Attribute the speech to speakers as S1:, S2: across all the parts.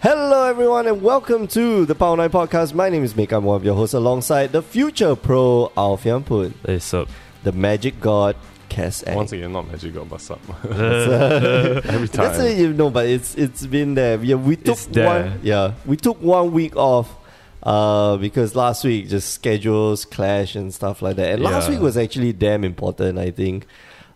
S1: Hello, everyone, and welcome to the Power 9 Podcast. My name is Mick. I'm one of your hosts alongside the future pro, Alfian Poon,
S2: Hey, sup?
S1: the magic god, Cass Ang.
S3: Once again, not magic god, but sub. Every
S1: That's
S3: time.
S1: it, you know, but it's it's been there. Yeah, we took
S2: It's there.
S1: one. Yeah, we took one week off uh, because last week just schedules clash and stuff like that. And last
S2: Yeah.
S1: week was actually damn important. I think.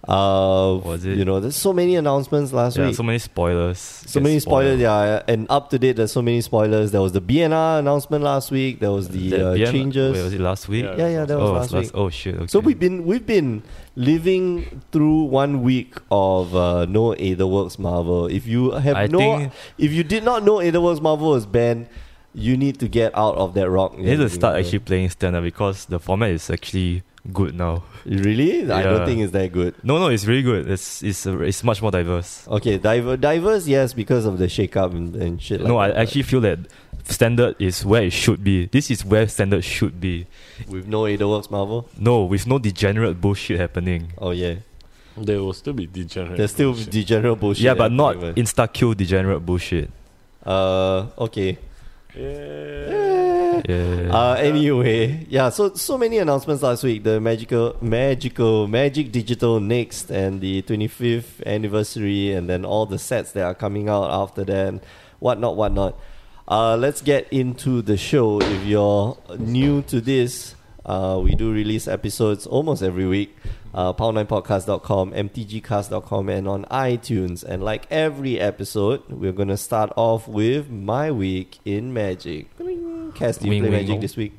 S1: Uh,
S2: Was it?
S1: You know, there's so many announcements last
S2: Yeah,
S1: week.
S2: so many spoilers.
S1: So
S2: Get
S1: many
S2: spoiled.
S1: spoilers, yeah, and up to date. There's so many spoilers. There was the BNR announcement last week. There was the,
S2: That
S1: uh,
S2: Bien-
S1: changes.
S2: Wait, was it last week?
S3: Yeah.
S1: yeah, yeah, that was
S2: oh,
S1: last
S2: it's
S1: week.
S2: Oh shit. Okay.
S1: So we've been we've been living through one week of uh, no AetherWorks Marvel. If you have
S2: I
S1: no,
S2: think-
S1: if you did not know AetherWorks Marvel was banned, you need to get out of that rock.
S2: need to start actually playing standard because the format is actually good now.
S1: Really, I don't
S2: Yeah.
S1: think it's that good.
S2: No, no, it's really good. It's it's uh, it's much more diverse.
S1: Okay, diver, diverse, yes, because of the shakeup and, and shit.
S2: no,
S1: like
S2: I
S1: that, but
S2: actually feel that standard is where it should be. This is where standard should be.
S1: with no AetherWorks Marvel.
S2: No, with no degenerate bullshit happening.
S1: Oh yeah,
S3: They will still be degenerate.
S1: there's still
S3: bullshit.
S1: degenerate bullshit.
S2: yeah, but not
S1: happening, man.
S2: insta kill degenerate bullshit.
S1: Uh, okay.
S3: Yeah.
S2: Yeah.
S1: Uh, anyway, yeah. So so many announcements last week. The magical, magical, magic digital next, and the twenty fifth anniversary, and then all the sets that are coming out after that, and whatnot, whatnot. Uh, let's get into the show. If you're new to this, uh, we do release episodes almost every week. Uh, power9podcast.com, mtgcast.com, and on iTunes. And like every episode, we're going to start off with My Week in Magic. Cass, do you
S2: Wing,
S1: play
S2: wing.
S1: Magic this week?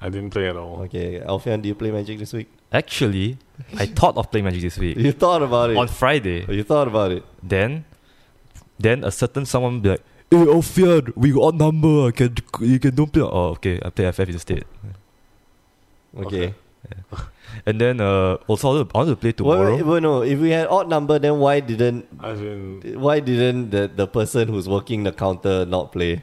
S3: I didn't play at all.
S1: Okay. Alfian, do you play Magic this week?
S2: actually, I thought of playing Magic this week
S1: You thought about
S2: on
S1: it.
S2: Friday.
S1: You thought about it.
S2: Then, then a certain someone be like, "Hey, Ophion, we got number. Can you can don't play?" Oh, okay, I play FF instead.
S1: Okay.
S2: And then uh, also I wanted to- I wanted to play tomorrow.
S1: Well, well, no, if we had odd number, then why didn't
S3: I've been.
S1: why didn't the, the person who's working the counter not play?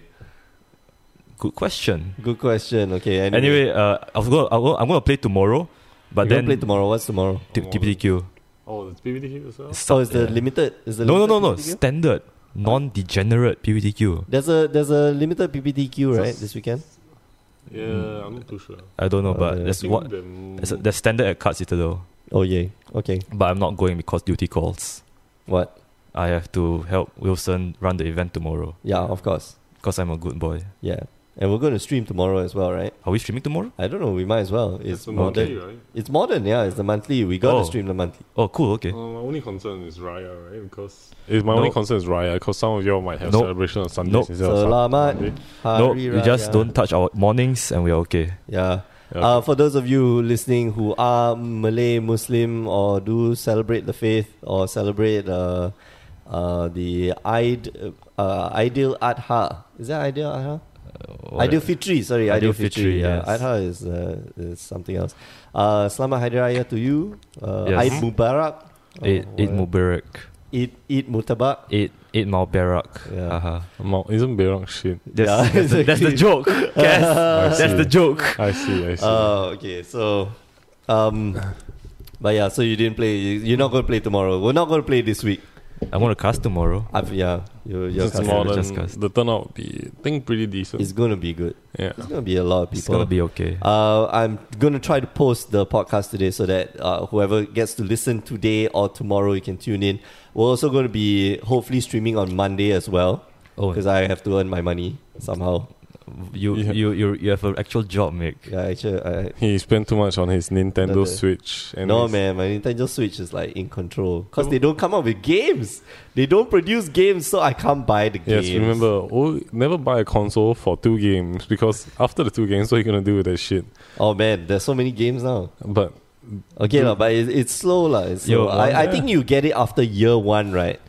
S2: Good question.
S1: Good question. Okay. Anyway,
S2: Anyway, uh, I was gonna, I was- I'm gonna play tomorrow, but
S1: You're
S2: then
S1: gonna play tomorrow. What's tomorrow?
S2: T- TPDQ.
S3: Oh, it's PvDQ as well?
S1: So it's the limited. Is the
S2: No, no, no,
S1: limited
S2: no.
S1: PPTQ?
S2: Standard, non-degenerate PPTQ.
S1: There's a there's a limited PPTQ right
S3: So-
S1: this weekend.
S3: Yeah, I'm not too sure.
S2: I don't know, but
S1: Okay.
S2: there's
S3: think
S2: what
S3: the-
S2: there's, there's standard at Card Citadel,
S1: Oh yeah. Okay.
S2: but I'm not going because duty calls.
S1: What?
S2: I have to help Wilson run the event tomorrow
S1: Yeah. Of course.
S2: because I'm a good boy.
S1: Yeah. And we're going to stream tomorrow as well, right?
S2: Are we streaming tomorrow?
S1: I don't know. We might as well. It's
S3: It's a
S1: modern.
S3: monthly, right?
S1: It's modern. Yeah. It's the monthly. We got
S2: Oh.
S1: to stream the monthly.
S2: Oh, cool. Okay.
S3: Uh, my only concern is Raya, right? Because if my
S2: No.
S3: only concern is Raya, because some of y'all might have
S2: Nope.
S3: celebration on Sundays
S2: Nope.
S3: instead of Sun-
S1: Selamat.
S3: Sunday.
S2: no,
S1: Hari
S2: we just
S1: Raya.
S2: don't touch our mornings, and we are okay.
S1: Yeah.
S3: Yeah.
S1: Uh, for those of you listening who are Malay, Muslim, or do celebrate the faith or celebrate uh, uh, the Eid, uh, Ideal Adha. Is that Ideal Adha?
S2: Or-
S1: Ideal Fitri, sorry. Ideal,
S2: Ideal
S1: Fitri.
S2: Fitri,
S1: yeah.
S2: yes.
S1: Adha is, uh, is something else. Uh, Selamat Hari Raya to you. Uh,
S2: Yes.
S1: Eid Mubarak. or
S2: Eid, Eid
S1: whatever.
S2: Mubarak.
S1: Eid, Eid Mutabak.
S2: Eid, Eid Malbarak.
S1: Yeah.
S2: Uh-huh.
S3: Mo- Isn't Beirang shit?
S2: That's,
S1: Yeah,
S2: that's, the, that's the
S1: exactly.
S2: joke. Yes, that's
S3: see.
S2: the joke.
S3: I see, I see.
S1: Oh, okay. So, um, but yeah, so you didn't play. you- You're not going to play tomorrow. We're not going to play this week.
S2: I'm gonna cast tomorrow.
S1: I've, yeah, you, you're
S3: just
S2: cast,
S1: casting.
S3: modern.
S2: just cast.
S3: The turnout would be, I think, pretty decent.
S1: It's going to be good.
S3: yeah.
S1: It's going to be a lot of people.
S2: It's gonna be okay.
S1: Uh, I'm going to try to post the podcast today so that uh, whoever gets to listen today or tomorrow, you can tune in. We're also going to be hopefully streaming on Monday as well
S2: oh,
S1: because I have to earn my money somehow.
S2: you,
S3: Yeah.
S2: you you you have an actual job, Mick.
S1: Yeah, actually, I,
S3: He spent too much on his Nintendo
S1: No, the-
S3: Switch. And
S1: no
S3: his-
S1: man, my Nintendo Switch is like in control because they don't come up with games. They don't produce games, so I can't buy the
S3: Yes,
S1: games.
S3: remember, oh, never buy a console for two games because after the two games, what are you gonna do with that shit?
S1: Oh man, there's so many games now.
S3: But
S1: Okay, lah, but it, it's slow lah. It's slow.
S2: Year
S1: I, I
S3: one,
S1: think you get it after year one, right?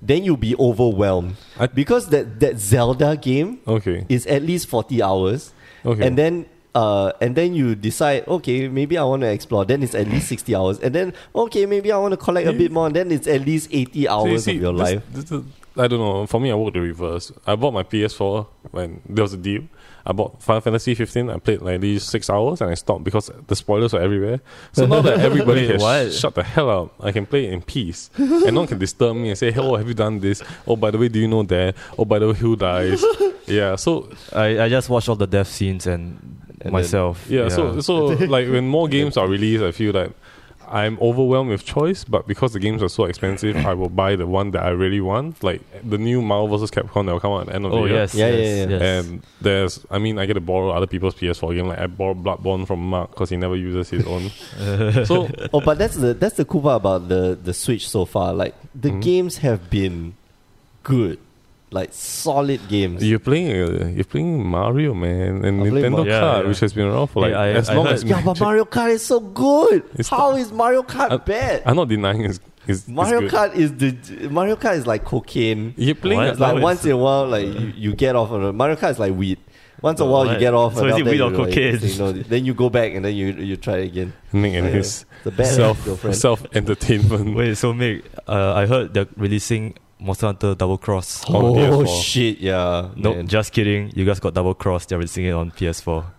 S1: Then you'll be overwhelmed
S3: I-
S1: because that that Zelda game
S3: okay,
S1: is at least forty hours,
S3: okay,
S1: and then uh, and then you decide, okay, maybe I want to explore. Then it's at least sixty hours, and then okay, maybe I want to collect a bit more. And then it's at least eighty
S3: So you
S1: hours
S3: see,
S1: of your
S3: this-
S1: life.
S3: this is- I don't know. For me, I worked the reverse. I bought my PS4 when there was a deal. I bought Final Fantasy 15. I played like these six hours and I stopped because the spoilers were everywhere. So now that everybody
S2: Wait,
S3: has
S2: what?
S3: shut the hell up, I can play it in peace. and no one can disturb me and say, hey, oh, have you done this? Oh, by the way, do you know that? Oh, by the way, who dies? yeah, so
S2: I, I just watched all the death scenes and,
S1: then-
S2: myself.
S3: yeah, so so like when more games are released, I feel like I'm overwhelmed with choice. But because the games are so expensive, I will buy the one that I really want. Like the new Marvel vs. Capcom that will come out at the end of
S2: oh
S3: the year.
S2: yes,
S1: Yeah, yeah,
S2: yes,
S1: yeah.
S2: yes.
S3: And there's, I mean, I get to borrow other people's PS4 game. Like I borrowed Bloodborne from Mark because he never uses his own. so
S1: oh, but that's the that's the cool part about the the Switch so far. Like the
S3: Mhm.
S1: games have been good, like solid games.
S3: you're playing, uh, you're playing Mario, man, and
S1: I'm playing
S3: Nintendo
S2: Mario. Yeah,
S3: Kart,
S2: yeah.
S3: which has been around for like
S2: Yeah, I-
S3: as
S2: I
S3: long
S2: heard-
S3: as.
S1: yeah, but
S3: Magic.
S1: Mario Kart is so good.
S3: It's
S1: How is Mario Kart
S3: I-
S1: bad?
S3: I'm not denying it's, it's
S1: Mario
S3: it's good.
S1: Kart is the Mario Kart is like cocaine.
S3: You're playing
S2: What?
S3: it
S1: It's like
S2: No,
S1: once
S2: it's-
S1: in a while, like you, you get off on a Mario Kart is like weed. Once in a
S2: Oh,
S1: while, you
S2: right.
S1: get off.
S2: So
S1: and
S2: is it
S1: after
S2: weed
S1: you,
S2: or
S1: like,
S2: cocaine?
S1: say no. then you go back and then you you try again.
S3: Nick and
S1: Yeah.
S3: his
S1: The bad
S3: self
S1: girlfriend.
S3: self entertainment.
S2: Wait, so Mick, uh, I heard they're releasing Monster Hunter Double Cross.
S3: Oh,
S1: oh
S3: PS4.
S1: shit! Yeah.
S2: Nope,
S1: man.
S2: just kidding. You guys got Double Cross. They're releasing it on PS4.
S1: Ah,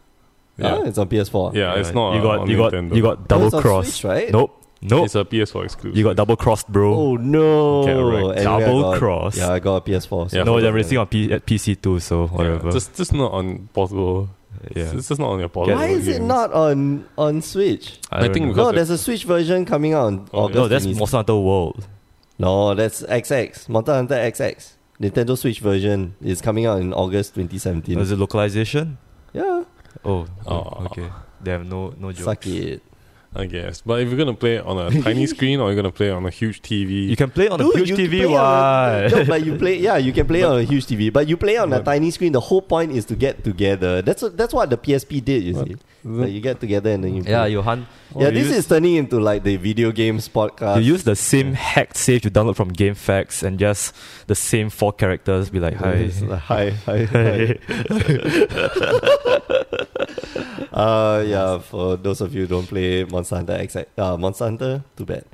S3: yeah.
S1: it's on PS4.
S3: yeah, it's not.
S2: You got
S3: on
S2: you got
S3: Nintendo.
S2: you got
S1: Oh,
S2: Double
S1: it's on
S2: Cross.
S1: Switch, right?
S2: Nope, nope.
S3: It's a PS4 exclusive.
S2: You got Double Crossed, bro.
S1: Oh no!
S3: Get
S1: Anyway,
S3: wrecked.
S1: I
S2: Double
S1: got-
S2: cross.
S1: Yeah, I got a PS4.
S3: Yeah,
S2: no,
S3: for
S2: they're
S3: the-
S2: releasing on P- at PC too. So
S3: Yeah,
S2: whatever.
S3: just just not on portable.
S2: yeah.
S3: It's, it's just not on your portable.
S1: Why is it
S3: games.
S1: not on on Switch?
S2: I don't
S3: I think
S2: know.
S3: because
S1: No,
S3: they-
S1: there's a Switch version coming out. On
S3: Oh,
S1: August
S2: no, that's
S1: 20th.
S2: Monster Hunter World.
S1: No, that's XX. Monster Hunter XX. Nintendo Switch version is coming out in August 2017.
S2: Is it localization?
S1: yeah,
S2: Oh,
S3: Oh.
S2: okay. They have no no jokes.
S1: suck it.
S3: I guess. But if you're gonna play it on a tiny screen or you're gonna play it on a huge TV,
S2: You can play on a
S1: Dude,
S2: huge
S1: you
S2: TV.
S1: play
S2: Why?
S1: On, no, but you play. Yeah, you can play on a huge TV, but you play on a
S3: But-
S1: tiny screen. The whole point is to get together. That's what that's what the PSP did. You
S3: But-
S1: see, Like, you get together and then you.
S2: yeah,
S1: play.
S2: Oh, you hunt.
S1: yeah. This
S2: use,
S1: is uh, turning into like the video games podcast.
S2: You use the same hacked save you download from GameFAQs and just the same four characters. Be like, hi.
S1: It's like, hi, hi, hi. uh, yeah, for those of you who don't play Monster Hunter XX, uh, Monster Hunter, too bad.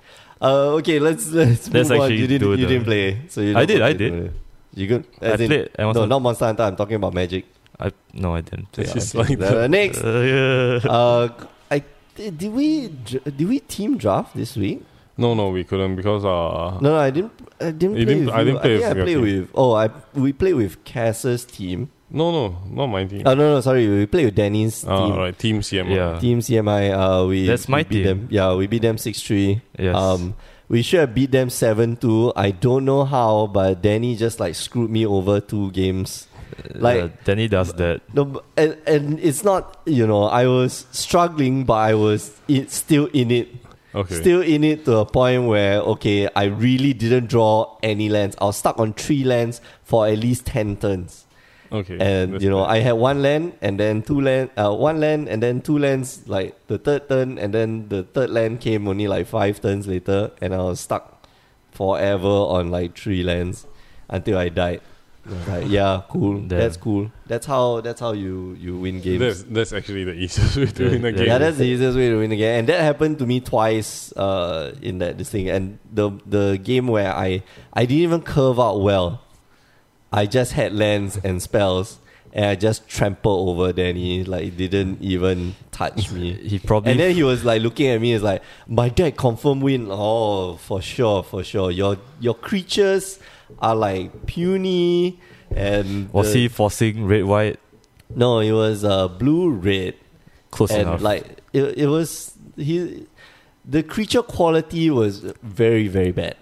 S1: Uh, okay, let's let's
S2: Let's
S1: move on.
S2: actually
S1: You didn't
S2: do
S1: you
S2: the-
S1: didn't play, so you
S2: I
S1: don't
S2: did, I
S1: play
S2: did.
S1: the- You good?
S2: I
S1: As in-
S2: played. I
S1: No,
S2: was
S1: not Monster Hunter. I'm talking about Magic.
S2: I no, I didn't. Play.
S3: it's
S1: Yeah,
S3: just
S1: okay.
S3: like the,
S1: Uh, next.
S2: Uh, yeah.
S1: Uh, I did we dr- did we team draft this week?
S3: no, no, we couldn't because uh,
S1: No, no, I didn't. I didn't.
S3: You
S1: play
S3: didn't-
S1: with
S3: I
S1: you.
S3: didn't play
S1: I
S3: with
S1: think I
S3: your
S1: played
S3: team.
S1: with. Oh, I we played with Cass's team.
S3: no, no, not my team.
S1: Oh no, no, sorry, we played with Danny's
S3: Ah,
S1: team.
S3: right, team CM.
S2: yeah.
S1: Team CMI, uh, we
S2: That's
S1: we
S2: my
S1: beat
S2: team.
S1: them. Yeah, we beat them six three.
S2: Yes.
S1: Um, we should have beat them seven two. I don't know how, but Danny just like screwed me over two games. like-
S2: uh, Danny does that.
S1: No, b- and and it's not you know I was struggling, but I was it, still in it,
S3: Okay.
S1: still in it to a point where okay, I really didn't draw any lands. I was stuck on three lands for at least ten turns
S3: okay.
S1: and
S3: that's
S1: you know
S3: fair.
S1: I had one land and then two land uh, one land and then two lands like the third turn and then the third land came only like five turns later and I was stuck forever on like three lands until I died. Like, yeah, cool.
S2: Damn.
S1: That's cool. That's how that's how you you win games.
S3: that's that's actually the easiest way to
S2: Yeah,
S3: win a
S2: yeah.
S3: game.
S1: yeah, that's the easiest way to win the game, and that happened to me twice uh, in that this thing. And the the game where I I didn't even curve out well, I just had lands and spells, and I just trampled over Danny. Like it didn't even touch me.
S2: He probably
S1: And then he was like looking at me, is like, my deck confirm win. Oh, for sure, for sure. Your your creatures are like puny, and
S2: was
S1: the-
S2: he forcing red white
S1: No, it was uh, blue red
S2: close
S1: and
S2: enough.
S1: like it, it was he the creature quality was very very bad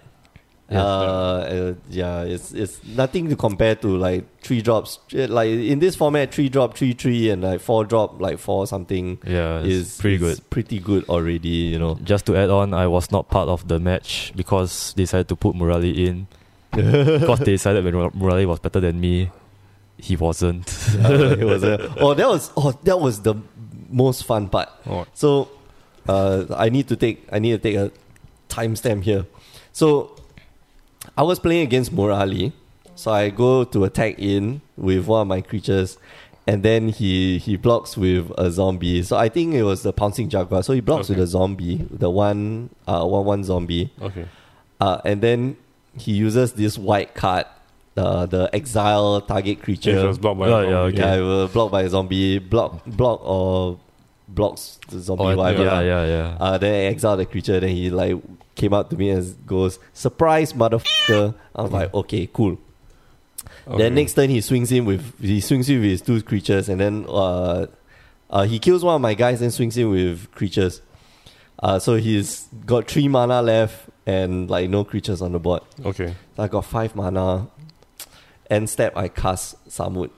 S2: Yeah.
S1: uh, uh, yeah it's it's nothing to compare to like three drops Uh, like in this format three drop three three and like four drop like four something
S2: yeah,
S1: is
S2: it's pretty
S1: is
S2: good.
S1: pretty good already you know
S2: Just to add on, I was not part of the match because they decided to put Murali in. because they decided when Mur- Murali was better than me, he wasn't.
S1: Uh, it was a, oh that was oh that was the most fun part
S3: Oh,
S1: So uh, I need to take I need to take a timestamp here. So I was playing against Morali, so I go to attack in with one of my creatures, and then he he blocks with a zombie. So I think it was the pouncing jaguar. So he blocks
S3: Okay.
S1: with a zombie, the one uh one one zombie,
S3: Okay.
S1: uh, and then he uses this white card, uh, the exile target creature.
S3: If it was blocked by
S2: Oh,
S3: a
S2: yeah,
S3: zombie.
S2: okay.
S1: Yeah, it was blocked by a zombie. Block block or blocks the zombie
S2: Oh,
S1: whatever.
S2: yeah,
S1: lah.
S2: yeah, yeah.
S1: Uh, then I exiled the creature. Then he like came up to me and goes, "Surprise, motherfucker!" I was like, "Okay, cool."
S3: Okay.
S1: Then next turn he swings in with he swings in with his two creatures, and then uh, uh, he kills one of my guys and swings in with creatures. Uh, so he's got three mana left and like no creatures on the board.
S3: Okay.
S1: So I got five mana. End step, I cast Samut.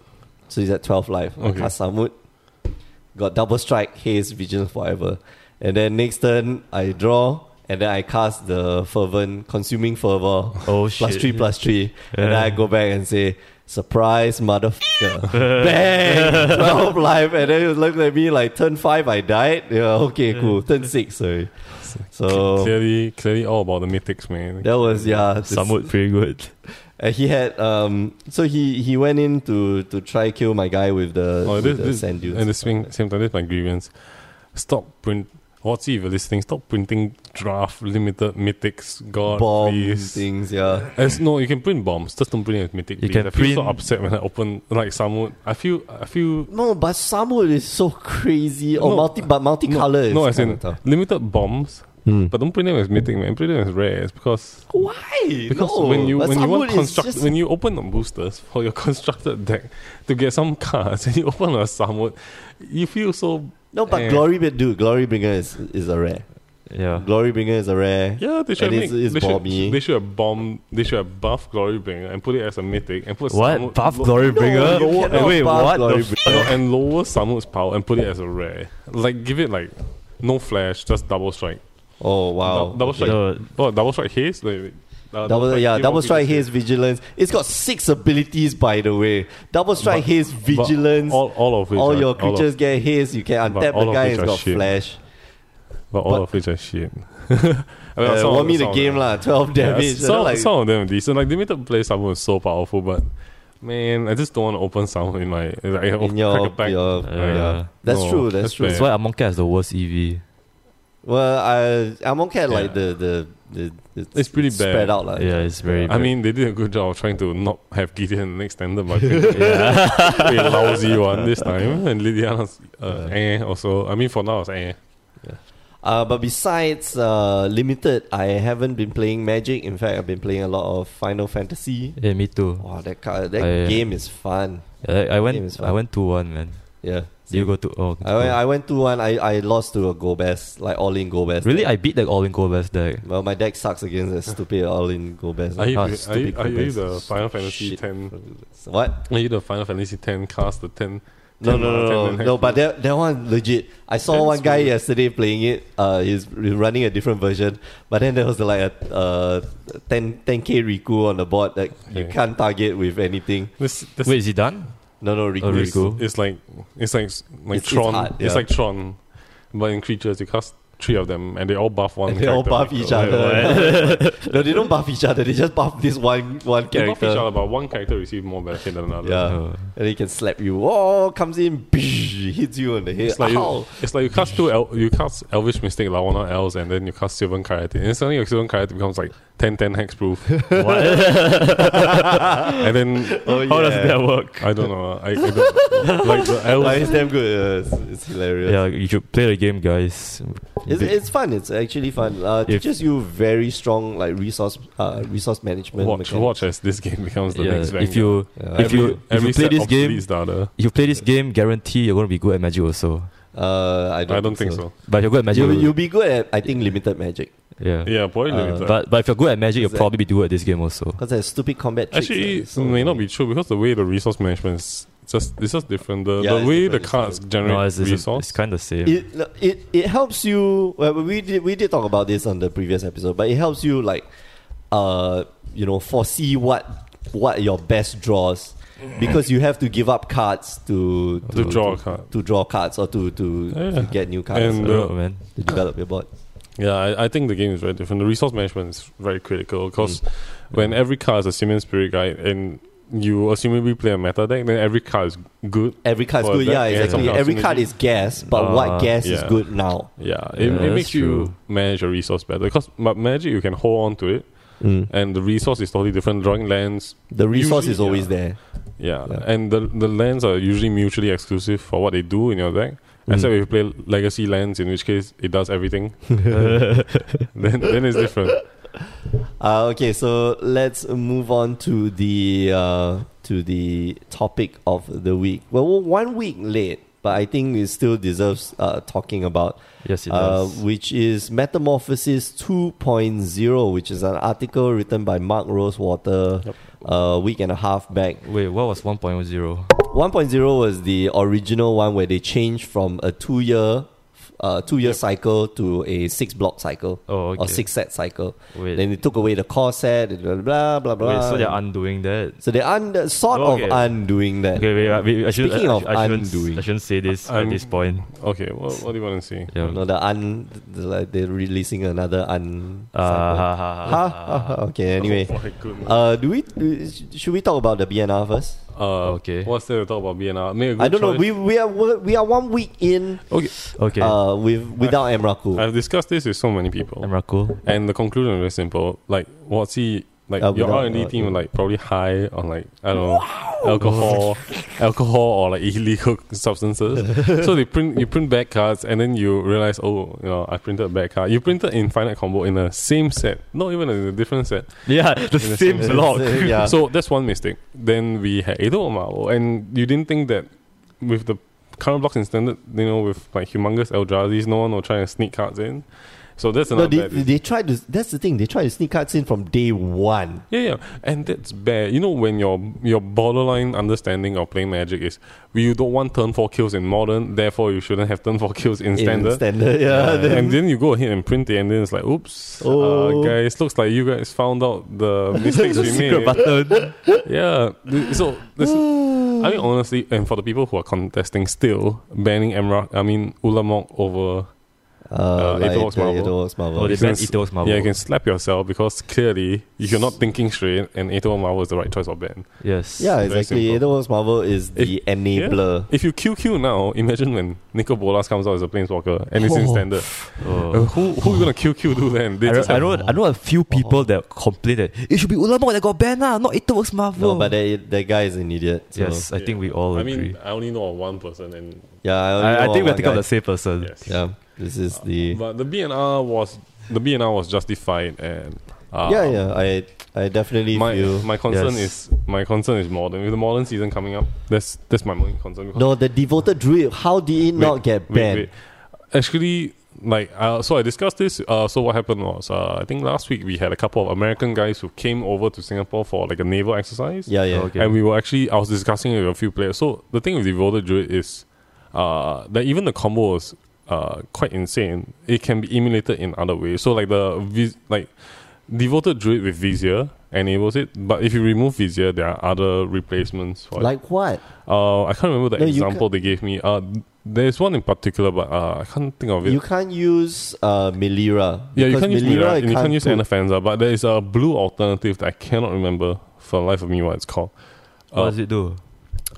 S1: So he's at 12 life. I
S3: Okay.
S1: cast Samut. Got double strike, haze, vigilance forever. And then next turn, I draw. And then I cast the fervent, consuming fervor.
S2: Oh shit.
S1: Plus three, plus three. And then I
S2: Yeah.
S1: go back and say, surprise, motherfucker. Bang! 12 life. And then he looked at me like, turn five, I died. Yeah, okay, cool. Turn six, sorry. So
S3: Clearly, clearly, all about the mythics, man.
S1: that was, yeah. this-
S2: Samut pretty good.
S1: uh, he had um, so he he went in to to try kill my guy with the,
S3: Oh,
S1: with
S3: this,
S1: the
S3: this,
S1: sand dunes.
S3: and the same, same time, that's my grievance. Stop print. What's even this thing? Stop printing draft limited mythics. God,
S1: bomb
S3: please.
S1: things, yeah.
S3: As, no, you can print bombs. Just don't print it with mythic.
S2: You
S3: please.
S2: can
S3: I feel so
S2: print-
S3: upset when I open like someone. I feel. I feel.
S1: No, but Samu is so crazy. Oh,
S3: No,
S1: multi but multicolor is
S3: No, as
S1: kinda
S3: in
S1: tough.
S3: limited bombs,
S1: Hmm.
S3: but don't print them as mythic, man. Print them as rares because
S1: Why?
S3: because
S1: no,
S3: when you
S1: but
S3: when you
S1: Samu
S3: want
S1: is
S3: construct
S1: just-
S3: when you open the boosters for your constructed deck to get some cards and you open a Samut, you feel so
S1: no, but
S3: eh.
S1: Glory Bit, dude, Glory Bringer is is a rare.
S2: Yeah.
S1: Glory Bringer is a rare.
S3: Yeah, they should
S1: And
S3: make,
S1: it's- it's
S3: they,
S1: bomby.
S3: should, they should have bomb they should have buff Glorybringer and put it as a mythic and put
S2: What?
S3: Samut-
S2: Buff
S3: lo-
S2: Glory Bringer?
S1: you
S2: Wha-
S1: cannot
S2: Wait,
S1: buff
S2: what the
S1: Glory
S2: f-
S3: no, and lower Samut's power and put it as a rare. Like give it like no flash, just double strike.
S1: Oh wow.
S3: Dou- double strike.
S2: No,
S3: Oh, double strike haste? Wait, wait. Uh,
S1: Double, yeah,
S3: give
S1: double
S3: off
S1: strike haste
S3: haste.
S1: vigilance. It's got six abilities, by the way. Double strike
S3: But-
S1: haste
S3: But
S1: vigilance.
S3: All, all of which
S1: all
S3: are-
S1: your
S3: all of-
S1: creatures get haste. You can
S3: But
S1: untap
S3: all
S1: the
S3: of
S1: guy.
S3: which
S1: It's
S3: are
S1: got
S3: shit.
S1: flash.
S3: but all
S1: but-
S3: of which are shit. I mean,
S1: Uh,
S3: Oh, some of
S1: want me
S3: them-
S1: the
S3: some of
S1: game
S3: them-
S1: lah. Twelve
S3: Yeah,
S1: damage.
S3: some,
S1: So like,
S3: some of them are decent. Like limited play Samut is so powerful, but man, I just don't want to open Samut in my like,
S1: in your,
S3: crack a pack.
S1: your-
S2: Yeah.
S1: yeah. that's
S3: No,
S1: true. That's,
S3: that's
S1: true.
S2: That's why Amon Cat has the worst E EV.
S1: Well, I I'm okay. Like
S3: Yeah.
S1: the the, the
S3: It's pretty bad.
S1: spread out like.
S2: Yeah, it's very.
S3: I
S2: bad.
S3: mean, they did a good job of trying to not have Gideon in the next standard, but yeah. a lousy one this time. And Lydiana's uh, eh also. I mean, for now, it's eh.
S1: Uh, but besides uh, limited, I haven't been playing Magic. In fact, I've been playing a lot of Final Fantasy.
S2: yeah, me too.
S1: Wow, that card,
S3: Oh,
S1: that
S2: I-
S1: game is fun.
S2: I, I
S1: Game is
S2: went.
S1: fun.
S2: I went two one man.
S1: Yeah.
S2: Did you go to? Oh,
S1: I went, I went to one. I, I lost to a Go Best, like all in Go Best.
S2: really? I beat the all in gold best deck.
S1: well, my deck sucks against that stupid all in Go Best.
S3: Are you,
S2: Ah,
S3: are you,
S1: stupid
S3: are you
S1: combos.
S3: the Final Fantasy
S1: Shit.
S3: ten?
S1: What?
S3: Are you the Final Fantasy ten cast the ten?
S1: No,
S3: ten
S1: no,
S3: mana,
S1: no,
S3: ten
S1: no,
S3: mana
S1: no. But that that one legit. I saw
S3: That's
S1: one guy
S3: weird.
S1: yesterday playing it. Uh, he's he's running a different version. But then there was like a uh 10 k Riku on the board that you
S3: Okay.
S1: can't target with anything.
S3: This, this
S2: Wait, is he done?
S1: No, no, Riku.
S2: Oh,
S1: is-
S2: Riku.
S3: It's like it's like like
S1: It's- it's
S3: Tron. It's,
S1: hard, yeah.
S3: like Tron, but in creatures you cast three of them and they all buff one.
S1: And they all buff
S3: character.
S1: each other. no, they don't buff each other. They just buff this one one
S3: They buff each Uh-huh.
S1: character.
S3: other, but one character receives more benefit than another.
S1: Yeah,
S2: Oh.
S1: and he can slap you. Oh, comes in, hits you on the head.
S3: It's like, you,
S2: Oh.
S1: Ow.
S3: it's like you cast two El- you cast Elvish Mistake Lawana Elves and then you cast Sylvan Karate. And suddenly your Sylvan Karate becomes like 10 10 hexproof. and then
S1: oh, yeah.
S2: How does that work?
S3: I don't know. I, I don't, like the
S1: Like, it's
S3: elves,
S1: damn good. Yeah, it's, it's hilarious.
S2: Yeah, you should play the game, guys.
S1: It's,
S2: Big-
S1: it's fun. It's actually fun. Uh,
S2: If-
S1: teaches you very strong like resource uh, resource management.
S3: watch,
S1: mechanic.
S3: watch as this game becomes the
S2: yeah,
S3: next
S2: if you
S1: Yeah.
S2: if you if you play this game,
S3: the other.
S2: if you play this game, guarantee you're gonna be good at Magic also.
S1: Uh, I don't.
S3: I don't think so.
S2: But if you're good at Magic,
S1: You you'll be good at I think limited magic
S2: yeah.
S3: Yeah, probably
S1: Uh,
S3: limited.
S2: But but if you're good at Magic, you'll
S1: Is that-
S2: probably be good at this game also.
S1: because there's stupid combat. Tricks
S3: Actually,
S1: that
S3: it
S1: is so
S3: may not be
S1: annoying.
S3: true because the way the resource management is just it's just different. The,
S1: Yeah,
S3: the
S1: it's
S3: way
S1: different,
S3: the
S1: it's
S3: cards
S1: different.
S3: generate
S2: it's, it's,
S3: resource.
S2: it's kind of same.
S1: It no, it it helps you. Well, we did we did talk about this on the previous episode, but it helps you like, uh, you know, foresee what what your best draws. Because you have to give up cards to,
S3: To draw a card.
S1: to draw cards or to to, to
S3: Yeah.
S1: get new cards
S3: And,
S2: I
S1: uh,
S2: don't
S3: uh,
S2: know, man.
S1: to develop your board.
S3: Yeah, I, I think the game is very different. The resource management is very critical because when every card is a Simeon Spirit Guide and you assumably play a meta deck, then every card is good.
S1: Every card is
S3: for
S1: good,
S3: that
S1: yeah,
S3: and
S1: exactly.
S3: some
S1: Every
S3: synergy.
S1: card is gas, but
S2: Ah,
S1: what gas is
S3: Uh, yeah.
S1: good now?
S3: Yeah, it,
S2: Yeah,
S3: it
S2: that's
S3: makes
S2: true.
S3: you manage your resource better because ma- magic you can hold on to it,
S1: Mm.
S3: and the resource is totally different. Drawing lands,
S1: The resource
S3: Usually,
S1: is always
S3: yeah.
S1: there.
S3: yeah,
S1: Yeah.
S3: and the the lands are usually mutually exclusive for what they do in your deck. Except if you play legacy lands, in which case it does everything. then then it's different.
S1: Uh, okay, so let's move on to the uh, to the topic of the week. Well, we're one week late, but I think it still deserves uh, talking about,
S2: Yes, it
S1: uh,
S2: does.
S1: which is Metamorphosis 2.0, which is an article written by Mark Rosewater a week and a half back.
S2: Wait, what was 1.0?
S1: 1.0 was the original one where they changed from a two year uh, two year cycle to a six block cycle
S2: Oh, okay.
S1: or six set cycle.
S2: Wait.
S1: Then they took away the core set, blah blah blah blah.
S2: Wait, so they're undoing that.
S1: So they're un- sort
S2: Oh, okay.
S1: of undoing that.
S2: Okay, wait, I- wait, I should,
S1: Speaking
S2: I,
S1: of
S2: I, shouldn't,
S1: undoing.
S2: I shouldn't say this at
S3: I'm-
S2: this point.
S3: Okay, what what do you want to see?
S2: Yeah.
S1: No, the un the, like, they're releasing another un.
S2: Uh, ha, ha,
S1: cycle. Ha,
S2: ha, ha.
S1: ha, ha. Okay. Anyway,
S3: Oh my goodness.
S1: uh, do we sh- should we talk about the BNR first?
S3: Uh,
S2: Okay.
S3: What's there to talk about BNR? Make a good
S1: I don't know.
S3: choice.
S1: We we are we are one week in
S3: okay.
S2: Okay.
S1: uh, with without Emraku.
S3: I've discussed this with so many people,
S2: Emrakul.
S3: and the conclusion is very simple. Like, what's he? Like
S1: Uh,
S3: your
S1: without-
S3: R and D
S1: uh,
S3: team
S1: yeah.
S3: are like probably high on like I don't know alcohol, alcohol or like illegal substances. so they print you print bad cards, and then you realize oh you know I printed a bad card. You printed infinite combo in the same set, not even in a different set.
S2: Yeah, the
S3: the
S2: same
S1: same
S2: block.
S1: set, yeah.
S3: So that's one mistake. Then we had Edo Omao, and you didn't think that with the current blocks in standard, you know, with like humongous Eldrazi's, no one will try and sneak cards in. So that's
S1: No,
S3: another
S1: they,
S3: bad.
S1: they tried to. That's the thing. They tried to sneak cards in from day one.
S3: yeah, yeah, and that's bad. You know, when your your borderline understanding of playing Magic is you don't want turn four kills in modern, therefore you shouldn't have turn four kills in standard. Uh,
S1: In standard, yeah. then-
S3: and then you go ahead and print it, and then it's like, oops,
S1: Oh.
S3: uh, guys, looks like you guys found out the mistakes we made.
S2: button.
S3: Yeah. th- So this, I mean, honestly, and for the people who are contesting still, banning Emrak, I mean, Ulamog over.
S1: uh,
S3: uh, it works
S1: the-
S3: Marvel.
S1: It works Marvel.
S2: Oh, they
S3: You can
S2: banned
S3: s-
S2: Ito's Marvel.
S3: Yeah, you can slap yourself because clearly you're not thinking straight, and Ato Marvel is the right choice of ban.
S2: Yes.
S1: yeah,
S3: very
S1: exactly. It
S3: simple.
S1: works Marvel is the enabler.
S3: If you QQ now, imagine when Nico Bolas comes out as a planeswalker and it's in
S1: Oh.
S3: standard. Uh,
S2: Oh.
S3: who who you gonna QQ do then? They
S2: I, know,
S3: just
S2: I,
S3: have-
S2: know, I know a few people that complain that it should be Ulamog that got banned, lah, not Ito's Marvel.
S1: No, but that that guy is an idiot. so-
S2: yes, I think we all
S3: I
S2: agree.
S3: mean, I only know of one person, and
S1: Yeah, I, only
S2: I, I
S1: know one
S2: think we're thinking of
S1: guy.
S2: the same person.
S3: yes.
S1: Yeah, this is the.
S3: But the BNR was the BNR was justified, and uh,
S1: yeah, yeah. I I definitely
S3: my
S1: feel.
S3: my concern
S2: Yes.
S3: is my concern is modern. With the modern season coming up, that's that's my main concern. because-
S1: no, the devoted druid. How did it not get
S3: wait,
S1: banned?
S3: wait. Actually, like uh, so, I discussed this. Uh, so what happened was, uh, I think last week we had a couple of American guys who came over to Singapore for like a naval exercise.
S1: Yeah, yeah.
S2: Okay.
S3: And we were actually I was discussing it with a few players. So the thing with Devoted Druid is uh that even the combo is uh quite insane. It can be emulated in other ways. So like the vis- like Devoted Druid with Vizier enables it, but if you remove Vizier there are other replacements for it.
S1: Like what?
S3: uh I can't remember the
S1: No, you
S3: example they gave me. Uh there's one in particular but uh I can't think of it.
S1: You can't use uh, Melira.
S3: yeah, you
S1: because
S3: can use Mira and you can use
S1: put-
S3: Anafenza, but there is a blue alternative that I cannot remember for the life of me what it's called.
S2: what does it do?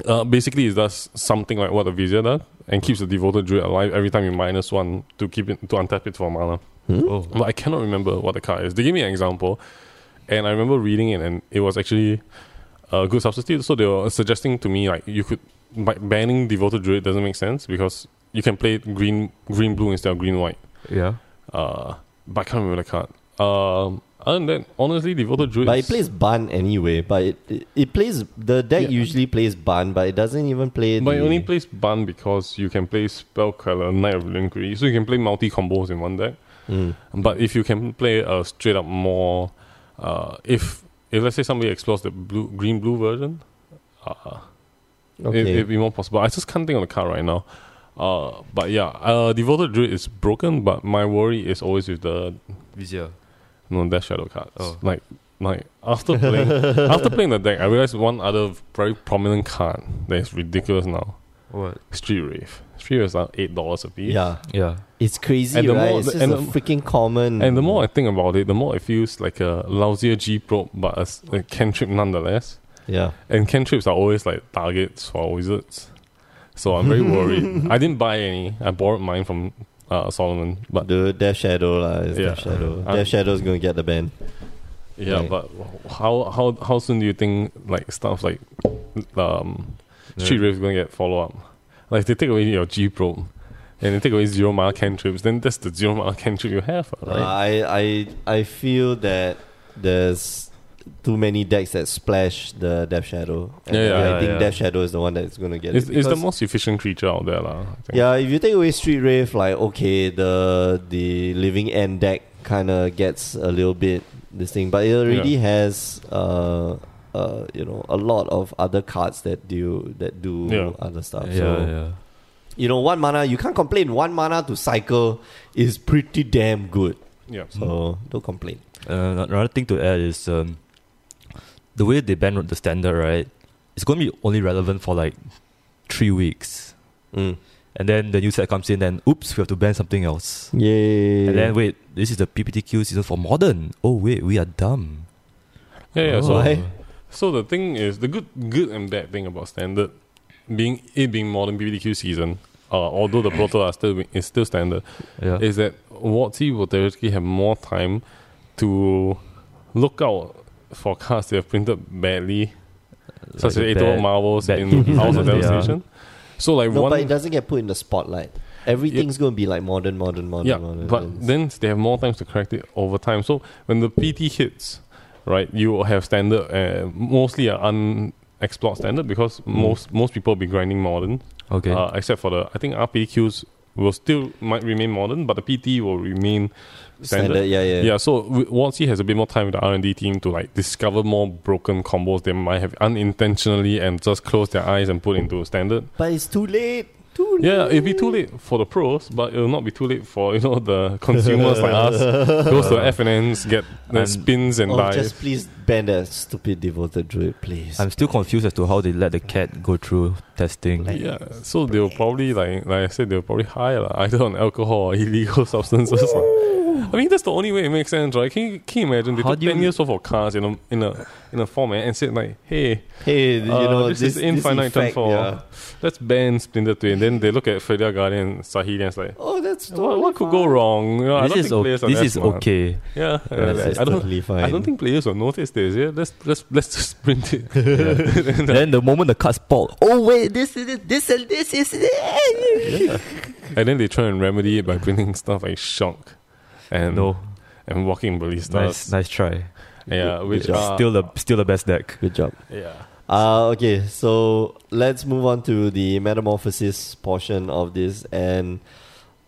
S3: Uh, basically, it does something like what the Vizier does and keeps the Devoted Druid alive every time you minus one to keep it to untap it for mana.
S2: Oh.
S3: But I cannot remember what the card is. They gave me an example, and I remember reading it, and it was actually a good substitute. So they were suggesting to me like you could by banning Devoted Druid doesn't make sense because you can play green green blue instead of green white.
S2: Yeah.
S3: Uh, but I can't remember the card. Um, other than that, honestly, Devoted Druid.
S1: But it
S3: is-
S1: plays ban anyway. But it it, it plays the deck
S3: Yeah.
S1: usually plays ban, but it doesn't even play.
S3: But
S1: the,
S3: it only plays ban because you can play Spellqueller, Knight of Linkery, so you can play multi combos in one deck.
S1: Mm.
S3: But if you can play a straight up more, uh, if if let's say somebody explores the blue green blue version, uh,
S1: Okay.
S3: it, it'd be more possible. I just can't think of the card right now. Uh, but yeah, uh, Devoted Druid is broken. But my worry is always with the
S2: Vizier.
S3: no Death Shadow cards.
S2: Oh.
S3: Like like after playing after playing the deck, I realized one other very prominent card that is ridiculous now.
S2: What?
S3: Street Rave. Street Rave is now eight dollars a piece.
S1: yeah,
S2: Yeah.
S1: it's crazy,
S3: And the
S1: right?
S3: more-
S1: it's just
S3: and
S1: a
S3: the-
S1: freaking common.
S3: And the more I think about it, the more it feels like a lousier G probe, but a, s- a cantrip nonetheless.
S1: Yeah.
S3: And cantrips are always like targets for wizards. So I'm very worried. I didn't buy any. I borrowed mine from uh, Solomon. But
S1: The Death Shadow lah. It's
S3: Yeah. Uh-huh.
S1: Death Shadow.
S3: I'm-
S1: Death Shadow's gonna get the ban.
S3: yeah,
S1: Right.
S3: but how how how soon do you think like stuff like um Street Rave is gonna get follow up? Like if they take away your G probe and they take away zero mile cantrips, then that's the zero mile cantrip you have, right?
S1: I I I feel that there's too many decks that splash the Death Shadow. And
S3: Yeah, yeah,
S1: I
S2: yeah,
S1: think
S2: yeah.
S1: Death Shadow is the one that's gonna get
S3: it's,
S1: it.
S3: it's the
S1: because-
S3: most efficient creature out there, lah. I think.
S1: Yeah, if you take away Street Rave, like okay, the the Living End deck kind of gets a little bit this thing, but it already has uh uh you know a lot of other cards that do that do
S3: Yeah.
S1: other stuff.
S2: yeah,
S1: so
S2: yeah.
S1: you know, one mana you can't complain. One mana to cycle is pretty damn good.
S3: yeah.
S1: So don't complain.
S2: Uh, another thing to add is um, the way they ban the standard, right? It's going to be only relevant for like three weeks,
S1: Mm.
S2: and then the new set comes in, and oops, we have to ban something else.
S1: Yay!
S2: And then wait, this is the PPTQ season for modern. Oh wait, we are dumb.
S3: Yeah, yeah.
S2: oh.
S3: So
S1: Why?
S3: So the thing is, the good, good and bad thing about standard being it being modern BBQ season, uh, although the proto are still be- is still standard,
S2: yeah,
S3: is that WotC will theoretically have more time to look out for cards they have printed badly, such as
S2: the
S3: Eight
S2: bad-
S3: Marvels
S2: bad
S3: in
S2: PBTQ
S3: House
S2: season,
S3: of
S2: yeah.
S3: Devastation. So like
S1: no,
S3: one,
S1: but it doesn't get put in the spotlight. Everything's gonna be like modern, modern, modern,
S3: yeah,
S1: modern.
S3: but then they have more times to correct it over time. So when the PT hits, right, you will have standard, uh, mostly an unexplored standard because most most people will be grinding modern.
S2: okay.
S3: Uh, except for the, I think RPQs will still might remain modern, but the PT will remain standard.
S1: standard, yeah, yeah,
S3: Yeah. so w- Watsy has a bit more time with the R and D team to like discover more broken combos they might have unintentionally and just close their eyes and put into standard.
S1: But it's too late. Too late.
S3: Yeah, it'd be too late for the pros, but it'll not be too late for you know the consumers like us. Goes to the F and N's, get the
S2: And-
S3: spins and
S1: Oh,
S3: dies.
S1: just please ban that stupid devoted druid, please.
S2: I'm still confused as to how they let the cat go through testing.
S1: Like-
S3: Yeah, so they'll probably like like I said, they'll probably high lah, either on alcohol or illegal substances. lah. I mean, that's the only way it makes sense, right? Can you, can you imagine they
S2: How
S3: took
S2: do you-
S3: ten years worth of cars in a in a in a format and said like, hey,
S1: hey, you
S3: uh,
S1: know
S3: this, is
S1: this
S3: infinite turn
S1: effect,
S3: for
S1: yeah.
S3: let's ban Splinter Twin. And then they look at Fedia Guardian and Sahili and it's like,
S1: Oh, that's
S3: what,
S1: totally
S3: what could
S1: fine.
S3: go wrong? You know, I don't
S2: this is
S3: think players
S2: o-
S3: are
S2: this
S3: that
S2: is
S3: smart.
S2: okay.
S3: Yeah, yeah,
S1: That's,
S3: like,
S1: Uh, that's
S3: I don't.
S1: totally fine.
S3: I don't think players will notice this. Yeah, let's let's let's just print it.
S2: then the moment the cut spoiled, oh wait, this is it, this and this is it.
S3: Yeah. and then they try and remedy it by printing stuff like Shonk
S1: Mm.
S3: and
S2: No,
S3: and Walking Ballistas.
S2: nice, nice try.
S3: Yeah, which
S1: job.
S3: are,
S2: Still the still the best deck.
S1: Good job.
S3: yeah.
S1: Uh, okay, so let's move on to the metamorphosis portion of this, and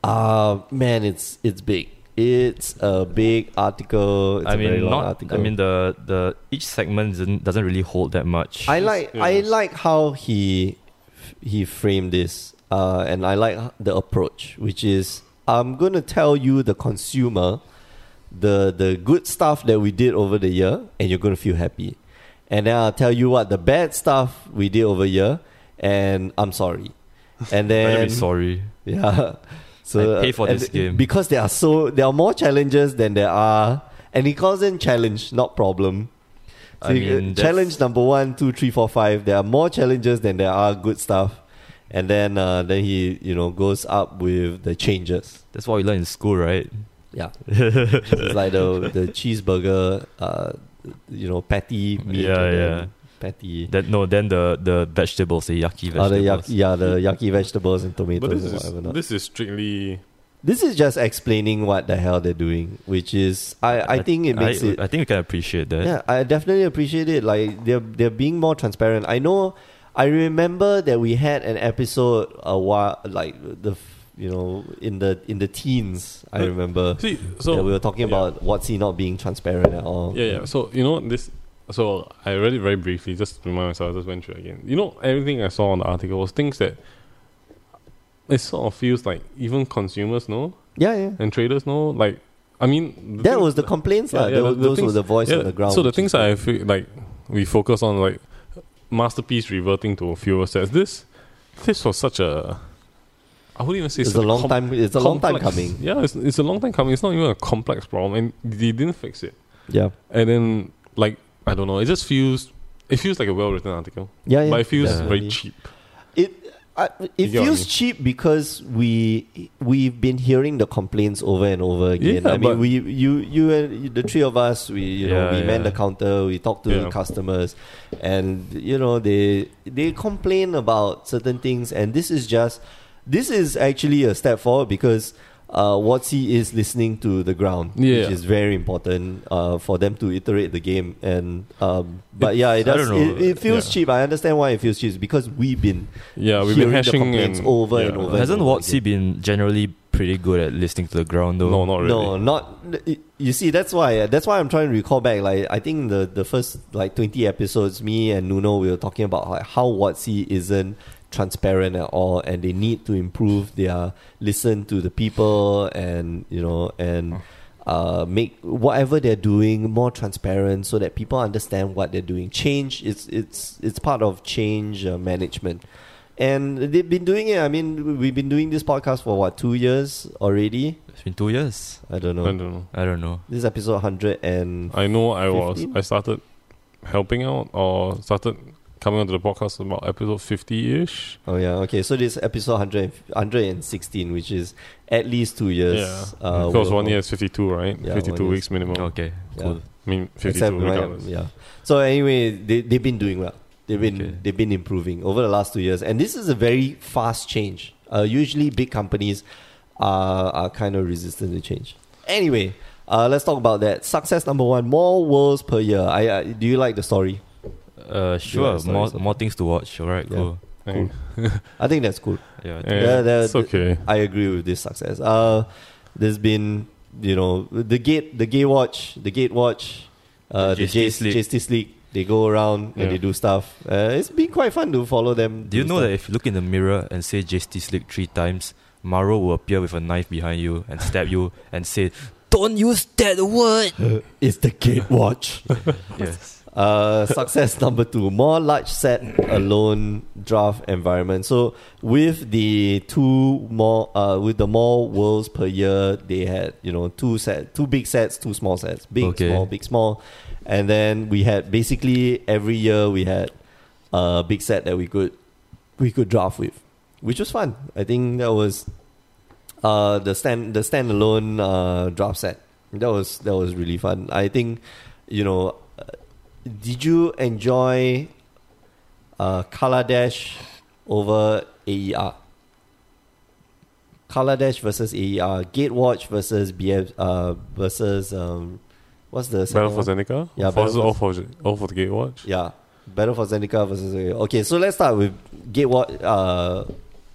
S1: uh, man, it's it's big. It's a big article. It's
S2: I
S1: a very
S2: mean,
S1: long
S2: not.
S1: article.
S2: I mean, the the each segment doesn't, doesn't really hold that much.
S1: I like
S3: Yeah.
S1: I like how he he framed this, uh, and I like the approach, which is I'm gonna tell you the consumer the the good stuff that we did over the year, and you're gonna feel happy, and then I'll tell you what the bad stuff we did over year, and I'm sorry, and
S2: Better
S1: then
S2: be sorry.
S1: yeah. So
S2: Like, pay for
S1: and
S2: this
S1: th-
S2: game.
S1: because there are so there are more challenges than there are, and he calls them challenge, not problem. So
S2: I
S1: you-
S2: mean, that's-
S1: challenge number one, two, three, four, five. There are more challenges than there are good stuff, and then uh, then he you know goes up with the changes.
S2: That's what we learn in school, right?
S1: Yeah, it's like the the cheeseburger, uh, you know, patty meat.
S2: Yeah,
S1: and then
S2: yeah.
S1: Patty.
S2: That no, then the the vegetables, the yaki
S1: Oh, the yak-
S2: vegetables.
S1: yeah, the yucky vegetables and
S3: But
S1: tomatoes
S3: this
S1: and
S3: is
S1: whatever. not.
S3: this is strictly
S1: This is just explaining what the hell they're doing, which is I, I think it makes
S2: I,
S1: it
S2: I think we can appreciate that.
S1: yeah I definitely appreciate it. Like they're they're being more transparent. I know I remember that we had an episode a while like the f- you know in the in the teens. I
S3: Uh,
S1: remember
S3: see. So
S1: that we were talking
S3: yeah.
S1: about what's he not being transparent at all.
S3: yeah, yeah. So you know this. So I read it very briefly, just to remind myself. I just went through it again. You know, everything I saw on the article was things that it sort of feels like even consumers know
S1: yeah, yeah.
S3: and traders know. Like, I mean, the
S1: That
S3: thing-
S1: was the complaints.
S3: Yeah,
S1: lah.
S3: yeah,
S1: There
S3: the-
S1: were-
S3: the
S1: those
S3: things-
S1: were the voice
S3: Yeah,
S1: on the ground.
S3: So the
S1: which
S3: things
S1: is good.
S3: I feel like we focus on like masterpiece reverting to fewer sets. This this was such a I wouldn't even say
S1: it's
S3: such
S1: a long
S3: com-
S1: time. It's a long time
S3: complex-
S1: coming.
S3: Yeah, it's, it's a long time coming. It's not even a complex problem, and they didn't fix it.
S1: Yeah,
S3: And then like I don't know, it just feels It feels like a well written article,
S1: Yeah, yeah.
S3: but it feels
S1: definitely.
S3: very cheap.
S1: It I, it
S3: You get what I
S1: feels
S3: mean?
S1: cheap because we we've been hearing the complaints over and over again.
S3: Yeah,
S1: I
S3: but-
S1: mean, we you you and the three of us, we you know
S2: Yeah,
S1: we man
S2: yeah.
S1: the counter, we talk to
S3: Yeah.
S1: customers, and you know they they complain about certain things, and this is just this is actually a step forward because. Uh, Watsy is listening to the ground,
S3: Yeah.
S1: which is very important uh, for them to iterate the game. And um, but yeah, it
S2: It's- I
S1: does.
S2: don't know.
S1: It, it feels
S3: Yeah.
S1: cheap. I understand why it feels cheap It's because we've been
S3: Yeah,
S1: hearing
S3: we've been
S1: the
S3: hashing
S1: complaints
S3: and,
S1: over
S3: yeah.
S1: and over.
S2: Hasn't
S1: and over
S2: Watsy been generally pretty good at listening to the ground though?
S3: No, not Oh, really.
S1: No, not you see. That's why. uh, That's why I'm trying to recall back. Like I think the the first like 20 episodes, me and Nuno, we were talking about like how Watsy isn't transparent at all, and they need to improve their listen to the people, and you know, and uh, make whatever they're doing more transparent so that people understand what they're doing. Change. It's it's it's part of change uh, management. And they've been doing it. I mean, we've been doing this podcast for what two years already.
S2: It's been two years.
S1: I don't
S3: I
S1: know.
S3: don't know.
S2: I don't know.
S1: This is episode 100 and
S3: I know I was.
S1: 15?
S3: I started helping out or started coming onto the podcast about episode 50 ish.
S1: oh yeah okay so this is episode 100, and- 116 which is at least two years.
S3: Yeah.
S1: uh,
S3: because
S1: worth
S3: one
S1: of-
S3: year is 52, right?
S1: Yeah,
S3: 52
S1: one year is-
S3: weeks minimum.
S2: Okay,
S1: Yeah.
S2: cool.
S3: I mean, 52
S1: Except my-
S3: regardless.
S1: yeah. So anyway, they they've been doing well. They've been
S2: Okay.
S1: they've been improving over the last two years, and this is a very fast change. Uh, usually, big companies are are kind of resistant to change. Anyway, uh, let's talk about that. Success number one: more worlds per year. I uh, do you like the story?
S2: Uh, sure.
S1: have stories
S2: More
S1: of-
S2: more things to watch. All right,
S1: Yeah.
S2: cool.
S3: Hey,
S1: I think that's cool.
S2: Yeah. I
S3: hey,
S2: think-
S1: Yeah, that-
S3: it's okay.
S1: I agree with this success. Uh, there's been you know the gate, the gate watch, the gate watch, uh, the
S2: The
S1: Jace
S2: Justice League.
S1: Justice League. They go around and
S3: Yeah.
S1: they do stuff. Uh, it's been quite fun to follow them.
S2: Do you know
S1: stuff.
S2: that if you look in the mirror and say Justice League three times, Maro will appear with a knife behind you and stab you and say, "Don't use that word."
S1: It's the gate watch.
S2: yes.
S1: Uh, success number two: more large set alone draft environment. So with the two more, uh, with the more worlds per year, they had you know two set, two big sets, two small sets, big
S2: Okay.
S1: small, big small, and then we had basically every year we had a big set that we could we could draft with, which was fun. I think that was uh, the stand the standalone uh, draft set. That was that was really fun. I think you know did you enjoy uh, Color Dash over AER? Color Dash versus AER, Gatewatch versus BF, uh, versus um, what's the second
S3: Battle for
S1: one?
S3: Zendika?
S1: Yeah,
S3: Forces
S1: Battle
S3: all for, all for the Gatewatch?
S1: Yeah, Battle for Zendika versus AER. Okay, so let's start with Gatewatch. Uh,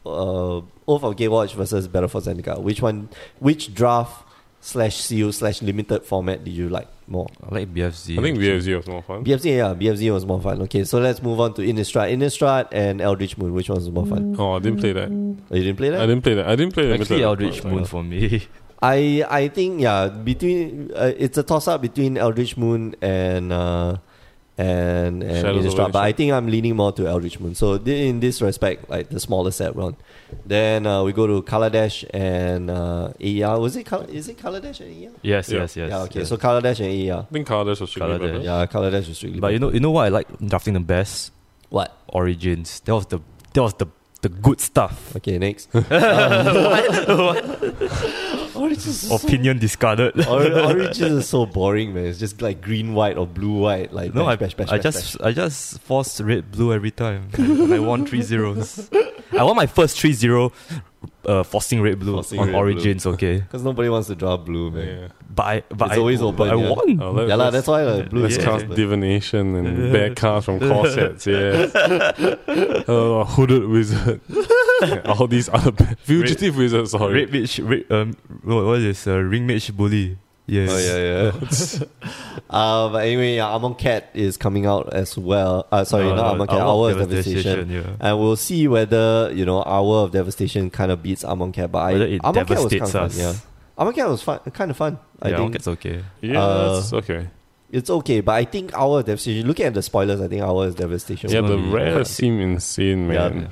S1: uh, Oath of Gatewatch versus Battle for Zendika. Which one? Which draft slash CU slash limited format did you like more?
S2: I like BFZ.
S3: I think
S2: actually.
S3: BFZ was more fun.
S1: BFZ, yeah, BFZ was more fun. Okay, so let's move on to Innistrad. Innistrad and Eldritch Moon, which one was more fun?
S3: Oh, I didn't play that.
S1: Oh, you didn't play
S3: I
S1: that?
S3: didn't play that. I didn't play that.
S2: Actually, Eldritch
S1: Moon.
S2: Moon for me.
S1: I I think yeah, between uh, it's a toss up between Eldritch Moon and uh, and, and
S3: Shadows of
S1: Innistrad, but I
S3: Eldritch.
S1: think I'm leaning more to Eldritch Moon. So th- in this respect, like the smaller set one. Then uh, we go to Kaladesh and uh, AER. Was it Kal- is it Kaladesh and AER?
S2: Yes,
S3: Yeah.
S2: yes, yes.
S1: yeah, okay.
S2: yes.
S1: So Kaladesh and AER.
S3: I think Cardash was strictly
S2: Kardash.
S3: better.
S1: Yeah, Kaladesh is strictly.
S2: but you know, you know what I like drafting the best
S1: what?
S2: origins. That was the that was the the good stuff.
S1: Okay, next. Origins is so
S2: Opinion discarded.
S1: Or- Origins is so boring, man. It's just like green, white, or blue, white. Like
S2: no,
S1: bash,
S2: I,
S1: bash, bash,
S2: I
S1: bash,
S2: just I just force red blue every time. and I won three zeros. I want my first three zero uh, forcing red blue
S1: Forcing
S2: on
S3: red blue.
S2: origins, okay.
S1: because nobody wants to draw blue, man.
S3: Yeah.
S2: But I but
S1: It's
S2: I,
S1: always open,
S2: but I
S1: yeah.
S2: won.
S3: Oh,
S1: Yeah,
S3: let,
S1: lah,
S3: let's-
S1: that's why like, blue.
S3: Let's
S1: is
S2: Yeah.
S3: cast
S1: best, but-
S3: divination and bad cards from core sets, yeah. uh, hooded wizard. And all these other bad fugitive wizards, sorry.
S2: Red mage red, um what what is this? Uh, ring mage bully. Yes.
S1: Oh yeah, yeah. uh, but anyway, yeah, Amon Cat is coming out as well. Uh, sorry,
S2: No,
S1: not
S2: no,
S1: Amon Cat.
S2: Hour
S1: Hour
S2: of
S1: of Devastation,
S2: Devastation,
S1: and we'll see whether you know Hour of Devastation kind of beats Amon Cat. But
S2: Whether
S1: I,
S2: it
S1: Amon Cat was kind of
S2: devastates
S1: fun.
S2: us.
S1: Yeah, Amon Cat was fun, kind of fun. I
S2: yeah,
S1: think
S2: it's okay.
S3: Yeah,
S1: Uh,
S3: that's okay.
S1: it's okay, but I think Hour of Devastation. Looking at the spoilers, I think Hour of Devastation.
S3: Yeah,
S1: was-
S3: the
S2: be
S3: rare
S2: hard.
S3: seem insane,
S1: Yeah.
S3: man.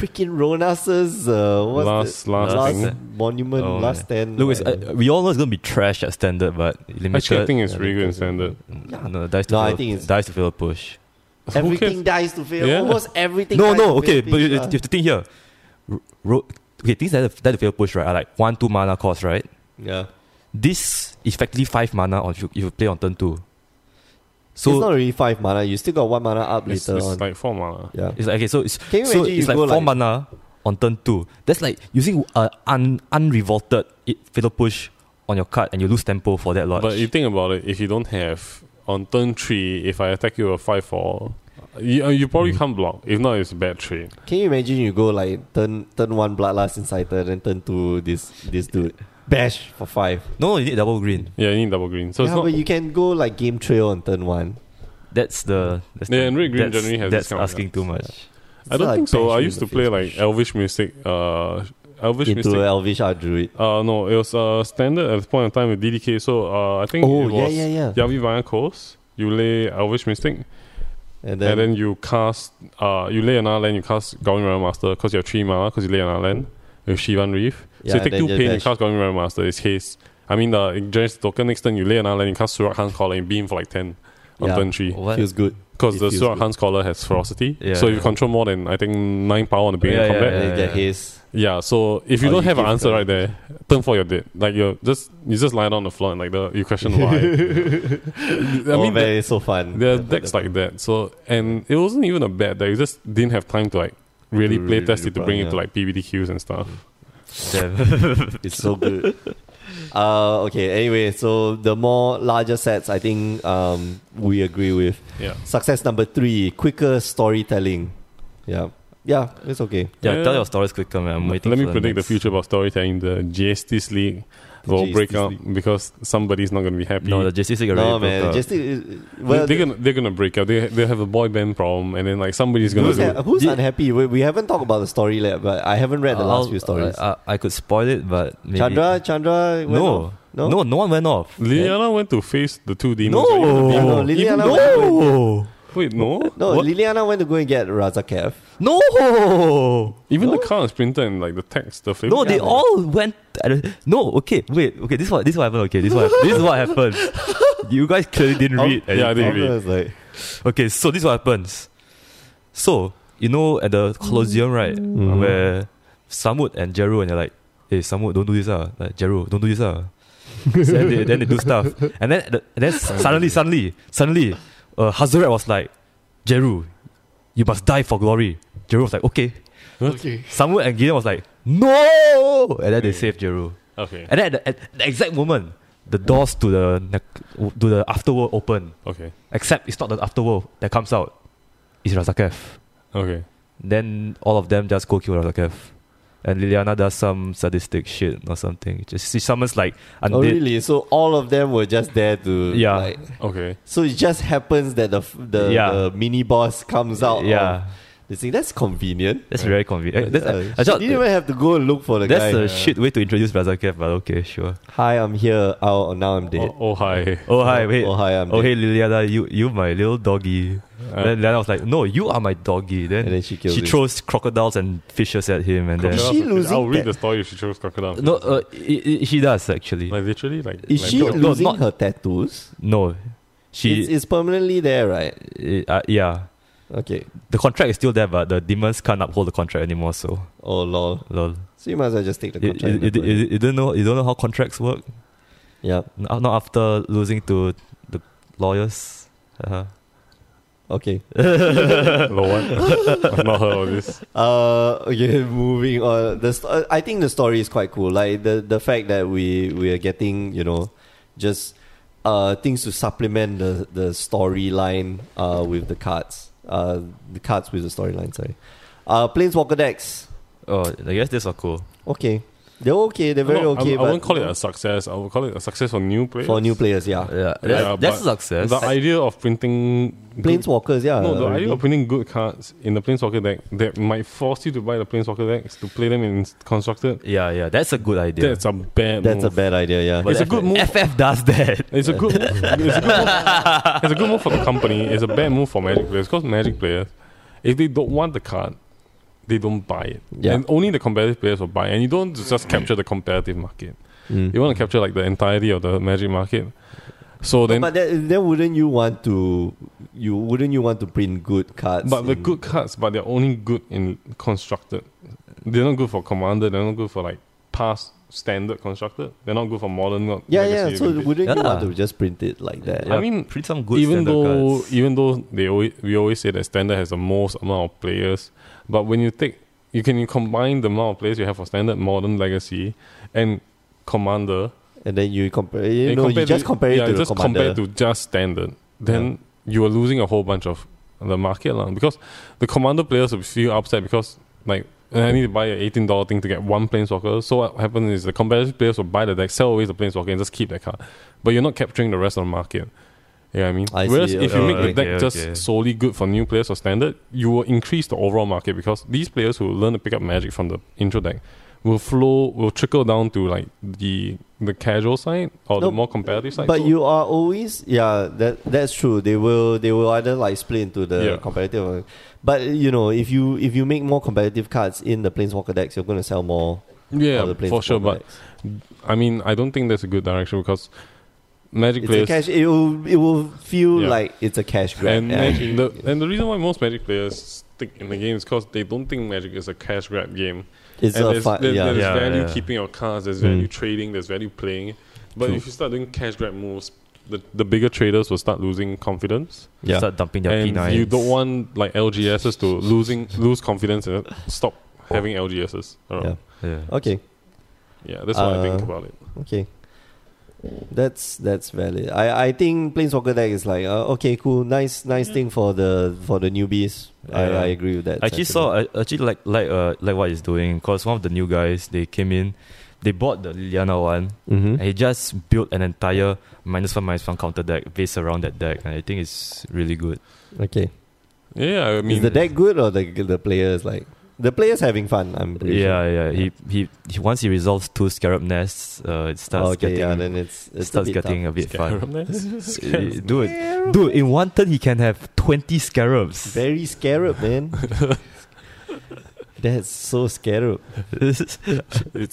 S1: freaking Ronas's uh, what's
S3: Last-
S1: the-
S3: last
S1: last
S2: thing.
S1: monument,
S2: Oh,
S1: last
S2: yeah.
S1: stand.
S2: Look, it's,
S1: whatever.
S2: uh, we all know it's gonna be trash at standard, but limited.
S3: Actually, I think it's
S1: Yeah,
S3: really good in
S1: limited.
S3: standard.
S2: no, dice to
S1: No, I
S2: fill-
S1: think it's-
S2: dice to fill a push.
S1: Everything dies to fail.
S3: Yeah.
S1: Almost everything.
S2: No,
S1: dies
S2: no,
S1: to fail
S2: okay, but you, you
S1: pink,
S2: have to think here. R- ro- okay, things that have, that have fail push, right, are like 1, 2 mana cost, right?
S1: yeah.
S2: This effectively 5 mana on, if, you, if you play on turn 2. So,
S1: it's not really five mana. You still got one mana up
S3: It's,
S1: later
S3: it's
S1: on.
S3: like four mana.
S1: yeah.
S2: It's like, okay, so it's
S1: Can you
S2: so
S1: imagine you
S2: it's like
S1: go
S2: four
S1: like-
S2: mana on turn two. That's like using uh, un unrevolted it, fatal push on your card, and you lose tempo for that lot.
S3: But you think about it, if you don't have on turn three, if I attack you with a five four, you, uh, you
S1: Hmm.
S3: probably can't block. If not, it's a bad trade.
S1: Can you imagine you go like turn turn one bloodlust inciter, then turn two this this dude bash for five.
S2: no, you need double green.
S3: Yeah, you need double green. So
S1: yeah,
S3: it's
S1: but
S3: not.
S1: you can go like game trail on turn one.
S2: That's the that's
S3: Yeah,
S2: the-
S3: and red green
S2: that's,
S3: generally has this
S2: that's
S3: kind of
S2: asking
S3: cards.
S2: too much.
S3: I don't
S1: It's
S3: think so.
S1: bash
S3: I
S1: you
S3: used to
S1: in the
S3: play
S1: face,
S3: like
S1: bash.
S3: Elvish Mystic. Uh, Elvish Mystic.
S1: into Elvish Art Druid.
S3: uh, no, it was uh, standard at the point of time with DDK. So uh, I think
S1: Oh
S3: it
S1: yeah,
S3: was
S1: yeah, yeah.
S3: Yavi Vanya Coast. You lay Elvish Mystic,
S1: And then,
S3: and then you cast. Uh, you lay another land. You cast Goblin Realm Master because you have three mana. Because you lay another land with Shivan Reef.
S1: yeah,
S3: so you
S1: and
S3: take two
S1: then
S3: pain, you
S1: bash.
S3: cast Goblin Realm Master. It's haste. I mean, uh, it generates the token. Next turn, you lay another land. You cast Surak Hans Collar and beam for like ten on
S1: Yeah.
S3: turn three.
S2: What?
S1: feels good.
S3: Because
S1: It
S3: the
S1: feels
S3: Surak
S1: good.
S3: Hans Collar has ferocity.
S2: Yeah.
S3: so if you control more than I think nine power on the beginning
S2: Yeah,
S3: of
S2: yeah,
S3: combat,
S1: And then
S2: yeah,
S1: get
S2: yeah.
S1: his.
S3: yeah, so if you
S1: Or
S3: don't
S1: you
S3: have an
S1: give
S3: answer
S1: the-
S3: right there, turn for your dead. Like you're just you just lie down on the floor and like the you question why. I
S1: oh
S3: mean
S1: man, it's so fun.
S3: there are decks like that. So and it wasn't even a bad deck, you just didn't have time to like really
S1: To
S3: play
S1: really
S3: test it to
S1: run,
S3: bring
S1: yeah.
S3: it to like PBDQs and stuff.
S2: Damn.
S1: It's so good. uh, okay. Anyway, so the more larger sets, I think um, we agree with.
S3: Yeah.
S1: Success number three: quicker storytelling. Yeah, yeah, it's okay.
S2: yeah,
S3: Yeah.
S2: tell your stories quicker, man. I'm waiting.
S3: Let
S2: for
S3: me predict the
S2: next-
S3: future about storytelling. The GSTs League will
S1: GSTs
S3: break up
S1: League.
S3: because somebody's not gonna be happy.
S2: No, the JC already
S1: No
S2: broke
S1: man,
S2: up.
S1: just uh,
S3: well,
S1: well,
S3: they're gonna they're gonna break up. They they have a boy band problem, and then like somebody's gonna
S1: who's,
S3: do.
S1: ha- who's
S2: Did-
S1: unhappy? We, we haven't talked about the story yet, but I haven't read the
S2: I'll-
S1: last few stories.
S2: I, I, I could spoil it, but maybe
S1: Chandra, Chandra, went
S2: No,
S1: off?
S2: no,
S1: no,
S2: no, no one went off.
S3: Liliana went to face the two demons.
S2: No.
S3: right? Even the
S1: Yeah, no, Liliana
S3: demon- even-
S1: went to go and-
S2: No,
S3: Wait, no.
S1: no,
S2: What?
S1: Liliana went to go and get Razakef.
S2: no.
S3: Even the card is printed in like the text, eh? the flavor.
S2: No, they
S1: Yeah, man.
S2: all went. I don't- No, okay, wait, okay. This what this what happened. Okay, this what this is what happened. You guys clearly didn't read.
S3: yeah, I didn't
S2: anything.
S3: read.
S1: was like,
S2: Okay, so this what happens. So you know at the Colosseum, right, where Samut and Jeru and they're like, "Hey, Samut, don't do this, ah. Like Jeru, don't do this, ah." So then, they, then they do stuff, and then the- and then suddenly, suddenly, suddenly, uh, Hazaret was like, "Jeru, you must die for glory." Jeru was like, "Okay."
S3: Okay.
S2: Samut and Gideon was like, "No!" And then they saved Jeru.
S3: Okay.
S2: And then at the, at the exact moment, the doors to the nec- to the afterworld open.
S3: Okay.
S2: Except it's not the afterworld that comes out. It's Razakev.
S3: Okay.
S2: Then all of them just go kill Razakev. And Liliana does some sadistic shit or something. Just she summons like undead.
S1: oh really? So all of them were just there to
S2: Yeah.
S1: like-
S3: Okay.
S1: so it just happens that the f- the,
S2: Yeah.
S1: the mini boss comes out.
S2: yeah.
S1: They think that's convenient.
S2: That's very convenient. That's,
S1: Uh, she
S2: I thought
S1: didn't even have to go and look for the
S2: that's
S1: guy.
S2: a shit way to introduce Razakev, but okay, sure.
S1: hi, I'm here. Oh, now I'm dead.
S3: Oh, oh, hi.
S2: Oh hi, wait.
S1: Oh, hi, I'm
S2: Oh
S1: dead.
S2: hey Liliana, you you my little doggy.
S3: Uh,
S2: then Liliana was like, No, you are my doggy. Then,
S1: And then she kills
S2: she
S1: him.
S2: throws crocodiles and fishes at him and then
S1: Is
S3: Crocodile
S1: she
S3: Crocodile.
S1: losing
S3: I'll read
S1: that-
S3: the story if she chose crocodile.
S2: No uh, i i she does actually.
S3: like literally, like.
S1: Is
S3: like
S1: she
S3: no,
S2: no,
S1: losing
S2: not-
S1: her tattoos?
S2: no. She
S1: it's, it's permanently there, right?
S2: uh, yeah.
S1: Okay.
S2: The contract is still there, but the demons can't uphold the contract anymore. So,
S1: Oh lol.
S2: lol.
S1: So you might as well just take the
S2: You,
S1: contract.
S2: you,
S1: and
S2: you,
S1: go in.
S2: you- you don't know. You don't know how contracts work.
S1: yeah.
S2: Not, not after losing to the lawyers. Uh-huh.
S1: Okay.
S3: Lord. I've not heard of this.
S1: Uh. Okay. Moving on. The st- uh, I think the story is quite cool. Like the the fact that we we are getting you know just uh things to supplement the the storyline uh with the cards uh the cards with the storyline. Sorry. Uh, Planeswalker decks.
S2: Oh, I guess this are cool.
S1: Okay. They're okay. They're very
S3: No, I,
S1: okay.
S3: I
S1: but
S3: won't call it a success. I would call it a success for new players.
S1: for new players. Yeah.
S2: Yeah, that's,
S3: Yeah,
S2: that's a
S3: but
S2: success.
S3: The idea of printing. good-
S1: Planeswalkers. Yeah.
S3: No, the
S1: already.
S3: idea of printing good cards in the Planeswalker deck that might force you to buy the Planeswalker decks to play them in Constructed,
S2: yeah, yeah, that's a good idea.
S3: that's a bad
S1: That's a
S3: move.
S1: bad idea. Yeah.
S2: But
S3: it's a
S2: FF
S3: good move.
S2: FF does that.
S3: It's a good move. It's a good move. It's a good move for the company. It's a bad move for Magic players because Magic players, if they don't want the card, they don't buy it.
S1: Yeah.
S3: And only the competitive players will buy. it. And you don't just capture the competitive market.
S1: Mm.
S3: You want to capture like the entirety of the Magic market. So then,
S1: but then, then wouldn't you want to you wouldn't you want to print good cards?
S3: But the
S1: in-
S3: good cards, but they're only good in constructed. They're not good for commander. They're not good for like past standard constructed. They're not good for modern. Not
S1: Yeah,
S3: legacy
S1: yeah. So
S3: vintage.
S1: wouldn't you
S2: Yeah.
S1: want to just print it like that?
S3: I mean,
S2: print some good
S3: even
S2: standard
S3: though
S2: cards.
S3: even though they always, we always say that standard has the most amount of players, but when you take you can combine the amount of players you have for standard, modern, legacy, and commander.
S1: And then you compare. You
S3: and
S1: know, you
S3: compare
S1: just compare
S3: yeah,
S1: it to
S3: just
S1: the commander.
S3: compare to just standard. Then you are losing a whole bunch of the market lah. because the commander players will feel upset because like I need to buy an eighteen dollar thing to get one planeswalker. So what happens is the competitive players will buy the deck, sell away the planeswalker, and just keep that card. But you're not capturing the rest of the market. You know what I mean?
S1: I see, Oh,
S3: Whereas if you
S1: okay,
S3: make the
S2: okay,
S3: deck just
S2: okay.
S3: solely good for new players or standard, you will increase the overall market because these players who learn to pick up magic from the intro deck will flow will trickle down to like the the casual side or
S1: No,
S3: the more competitive side.
S1: but
S3: So-
S1: you are always yeah that that's true they will they will either like split into the
S3: Yeah.
S1: competitive or- but you know if you if you make more competitive cards in the planeswalker decks you're going to sell more of
S3: yeah
S1: the planeswalker
S3: for sure. But
S1: decks.
S3: I mean, I don't think that's a good direction because magic
S1: it's a
S3: players
S1: cash it will it will feel
S3: Yeah.
S1: like it's a cash grab
S3: and
S1: yeah.
S3: magic, the, and the reason why most magic players stick in the game is because they don't think magic is a cash grab game.
S1: it's
S3: and
S1: a
S3: there's,
S1: fun
S3: there-
S1: yeah.
S3: there's
S2: Yeah,
S3: value
S2: yeah.
S3: keeping your cards, there's
S1: Mm.
S3: value trading, there's value playing. But
S1: True.
S3: if you start doing cash grab moves, the, the bigger traders will start losing confidence.
S1: yeah
S2: Start dumping their
S3: and
S2: P9s.
S3: you don't want like LGSs to losing lose confidence and stop having LGSs.
S1: Oh. Yeah.
S3: around.
S2: Yeah.
S1: okay
S3: Yeah, that's what I think
S1: Uh,
S3: about it.
S1: okay that's that's valid i i think planeswalker deck is like uh, okay cool nice nice thing for the for the newbies I,
S2: Yeah.
S1: I agree with that
S2: I actually
S1: sentiment.
S2: saw I actually like like uh like what he's doing because one of the new guys they came in, they bought the Liliana one
S1: Mhm.
S2: and he just built an entire minus one minus one counter deck based around that deck and I think it's really good.
S1: okay
S3: Yeah, I mean,
S1: is the deck good or the the players like the players having fun? I'm pretty
S2: Yeah,
S1: sure.
S2: yeah. He, he he once he resolves two scarab nests, uh, it starts
S1: okay,
S2: getting
S1: yeah. Then it's,
S2: it
S1: it's
S2: starts
S1: a bit
S2: getting a bit fun.
S3: Scarab nest?
S2: Uh, Dude, dude, in one turn he can have twenty
S1: tough.
S2: scarabs.
S1: very scarab, man. That's so scarab.
S3: it's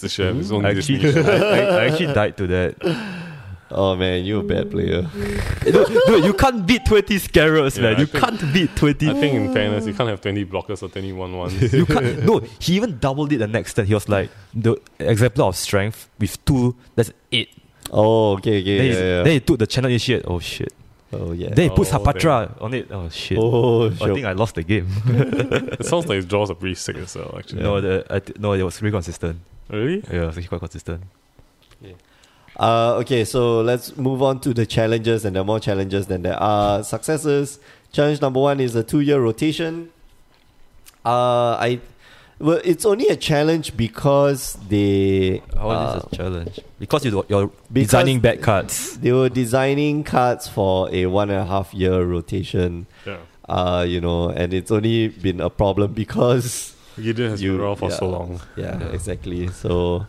S3: a shame. It's
S2: I
S3: only this
S2: actually, I, I- I actually died to that.
S1: Oh man, you're a bad player.
S2: Dude, dude, you can't beat 20 scarabs,
S3: Yeah,
S2: man.
S3: I
S2: you
S3: think-
S2: can't beat 20.
S3: I think in fairness, you can't have 20 blockers or 21 ones.
S2: you can't. No, he even doubled it the next turn. He was like, the exemplar of strength with two, that's eight.
S1: Oh okay, okay,
S2: then,
S1: yeah,
S2: he's-
S1: yeah.
S2: then he took the channel initiate. Oh shit.
S1: oh yeah.
S2: Then he put
S3: Oh,
S2: Sapatra on it. Oh shit.
S1: oh,
S2: I
S1: sure.
S2: think I lost the game.
S3: it sounds like his draws are pretty sick as well, actually.
S2: No, the, I th- no, it was really consistent.
S3: Really?
S2: Yeah, it was actually quite consistent.
S1: Uh, okay, so let's move on to the challenges, and there are more challenges than there are successes. Challenge number one is a two-year rotation. Uh, I well, it's only a challenge because they
S2: How
S1: uh,
S2: is this a challenge? Because you, you're
S1: Because-
S2: designing bad cards.
S1: they were designing cards for a one and a half year rotation.
S3: Yeah.
S1: Uh, you know, and it's only been a problem because
S3: Gideon has
S1: You-
S3: been around for so
S1: yeah.
S3: long.
S1: yeah,
S2: Yeah.
S1: exactly. So,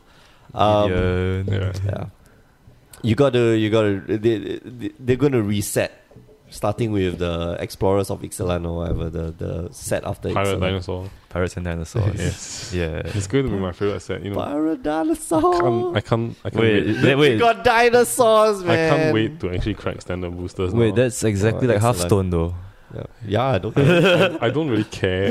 S1: um,
S2: Gideon.
S3: Yeah.
S1: yeah. You gotta, you gotta. They, they, they're gonna reset, starting with the Explorers of Ixalan or whatever the the set after
S3: Pirate
S1: Ixalan.
S3: Dinosaur.
S2: Pirates and Dinosaurs.
S3: Yes.
S2: Yeah.
S3: It's going to be my favorite set. You know, I
S1: Pirate dinosaur.
S3: can't, I can't, I can't
S2: Wait,
S3: wait.
S2: that-
S1: You
S2: wait,
S1: got dinosaurs,
S3: I
S1: man.
S3: can't wait to actually crack standard boosters.
S2: wait,
S3: now.
S2: that's exactly
S1: Oh,
S2: like half
S1: excellent.
S2: stone though.
S1: Yeah, yeah I don't. care.
S3: I don't really care.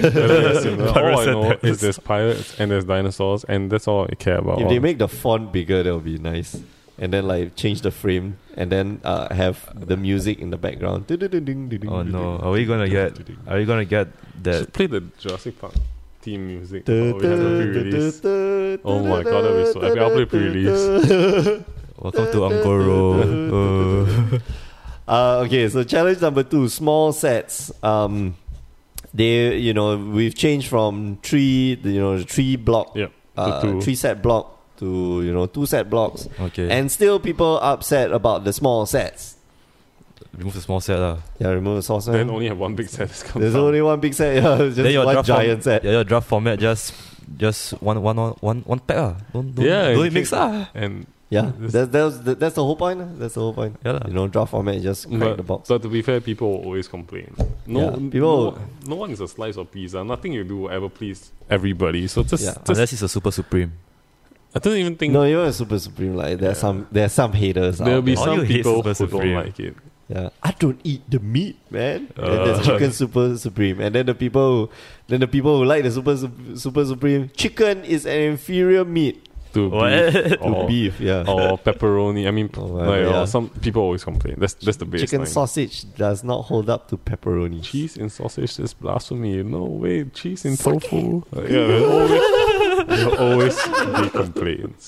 S3: whether it's similar. all I
S2: Pirates and
S3: know is
S2: dinosaurs.
S3: there's pirates and there's dinosaurs, and that's all I care about.
S1: If they make the font bigger, that would be nice. And then like change the frame, and then uh, have the music in the background.
S2: Oh no, are we gonna get? Are we gonna get that?
S3: Should play the Jurassic Park theme music. Oh, we have a pre-release. Oh my god, that'd be so epic. I'll play
S1: pre-release.
S2: Welcome to Angoro. Uh,
S1: Uh, okay, so challenge number two: small sets. Um, they, you know, we've changed from three, you know, three block,
S3: Yep, to
S1: uh,
S3: two.
S1: three set block to you know two set blocks,
S2: okay,
S1: and still people upset about the small sets.
S2: remove the small set lah.
S1: Yeah, remove the sauce.
S3: Then only have one big set that's coming
S1: There's only one big set. Yeah, it's
S2: Then
S1: just one
S2: form-
S1: giant set.
S2: Yeah, your draft format just just one one one one one pack ah. Don't don't,
S3: Yeah,
S2: don't
S3: you
S2: it mix
S3: can-
S2: ah.
S3: And
S1: Yeah,
S3: This-
S1: that, that was, that, that's the whole point. ah. That's the whole point.
S2: Yeah lah.
S1: You know, draft format is just crack the
S3: but,
S1: box.
S3: but to be fair, people will always complain.
S1: Yeah,
S3: No,
S1: people-
S3: no, no one is a slice of pizza. Nothing you do will ever please everybody. So just,
S1: Yeah.
S3: just
S2: Unless it's a super supreme.
S3: I don't even think
S1: No, even with Super Supreme, like there's
S3: Yeah.
S1: some there's some haters.
S3: there'll
S1: out
S3: be
S1: there.
S2: All you
S3: some
S2: hate
S3: people
S2: Super
S3: who
S2: Supreme.
S3: don't like it.
S1: Yeah, I don't eat the meat, man. and
S2: Uh.
S1: there's chicken super supreme, and then the people, who, then the people who like the super Sup- super supreme, chicken is an inferior meat
S3: To
S2: What? Oh.
S3: beef
S1: to
S3: or,
S1: beef. Yeah,
S3: or pepperoni. I mean,
S1: Or whatever,
S3: like,
S1: yeah.
S3: or some people always complain. That's that's the baseline.
S1: chicken sausage does not hold up to pepperoni.
S3: cheese in sausage is blasphemy. No way, cheese in tofu. Uh, yeah, there'll always, there'll always be complaints.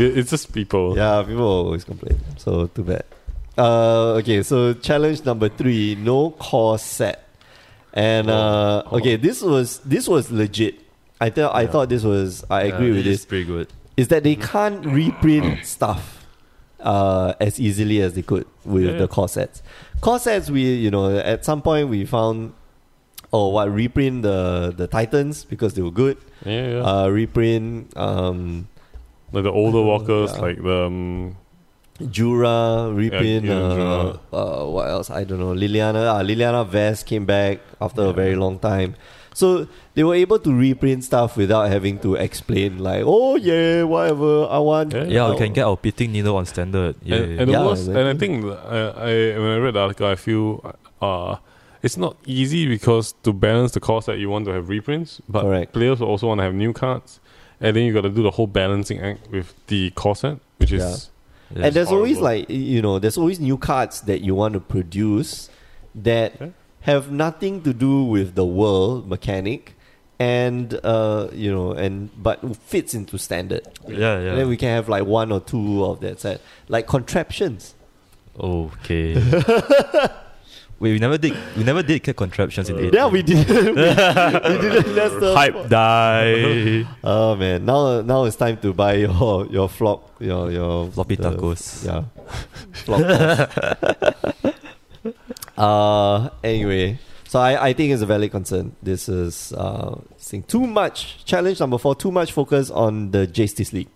S3: We- It's just people.
S1: Yeah, people always complain. So too bad. Uh, okay, so challenge number three: no core set. And uh,
S3: Oh.
S1: okay, this was this was legit. I thought I
S2: Yeah.
S1: thought this was. I agree with this.
S2: It's pretty good.
S1: is that they can't reprint stuff uh, as easily as they could with
S3: Yeah.
S1: the core sets. Core sets, we you know at some point we found oh what reprint the the Titans because they were good.
S3: yeah. yeah.
S1: Uh, reprint um,
S3: like the older walkers,
S1: Yeah.
S3: like the um,
S1: Jura, reprint
S3: yeah,
S1: uh,
S3: Jura.
S1: uh, what else? I don't know. Liliana uh, Liliana Vest came back after a very long time. So they were able to reprint stuff without having to explain like, oh yeah, whatever I want.
S3: Yeah.
S2: Yeah, we
S1: Oh.
S2: can get our pitting needle on standard. Yeah,
S3: and, and,
S1: Yeah,
S3: the worst, and I
S1: exactly.
S3: think uh, I when I read the article, I feel uh, it's not easy because to balance the cost that you want to have reprints, but
S1: Correct.
S3: players will also want to have new cards, and then you got to do the whole balancing act with the core set, which is.
S1: Yeah.
S2: yeah.
S1: and there's always
S3: horrible.
S1: like y- you know, there's always new cards that you want to produce that
S3: Yeah.
S1: have nothing to do with the world mechanic, and uh, you know, and but fits into standard.
S2: yeah, yeah.
S1: And then we can have like one or two of that set, like contraptions.
S2: okay. Wait, we never did. We never did get contraptions in eight.
S1: Uh, yeah, we did. we, didn't. That's the
S2: Hype die.
S1: Oh man, now now it's time to buy your your flop your your
S2: Floppy
S1: the-
S2: tacos.
S1: Yeah. uh anyway. So I, I think it's a valid concern. This is uh thing. Too much challenge number four, too much focus on the Justice League.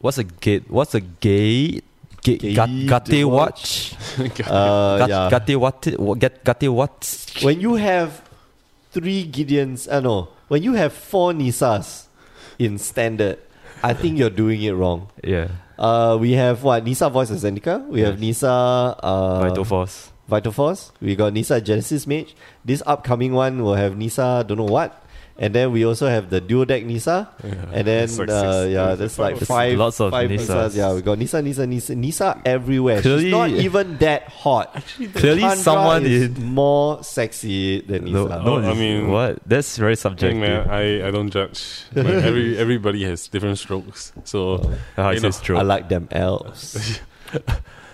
S2: What's a gate? What's a gate? Gate
S1: Gate
S2: gat- gate watch?
S1: watch. Uh
S2: Gat-
S1: yeah.
S2: Gate what? what- Gate gate what?
S1: When you have three Gideons uh no, when you have four Nisas in standard, I think you're doing it wrong.
S2: Yeah.
S1: Uh we have what? Nisa Voice of Zendika, we have Nisa uh
S2: Vital force.
S1: Vital Force. We got Nisa Genesis Mage. This upcoming one will have Nisa don't know what. And then we also have the dual deck Nisa. And then
S3: It's like
S1: uh,
S3: six-
S1: yeah,
S3: it's
S1: that's
S3: like
S1: like
S2: five-
S1: five
S2: Lots of
S1: five
S2: Nisas.
S1: Nisas. Yeah, we got Nisa, Nisa, Nisa, Nisa everywhere.
S2: Clearly-
S1: She's not even that hot.
S2: Clearly,
S1: Chandra
S2: someone
S1: is
S2: in
S1: more sexy than Nisa.
S2: No, no,
S3: Oh, I
S2: I
S3: mean-
S2: mean what? That's very
S3: Hey,
S2: subjective.
S3: man, I, I don't judge. Like, every everybody has different strokes.
S1: Oh,
S3: So,
S2: Ah,
S3: you
S2: it's
S3: know,
S2: his joke.
S1: I like them elves.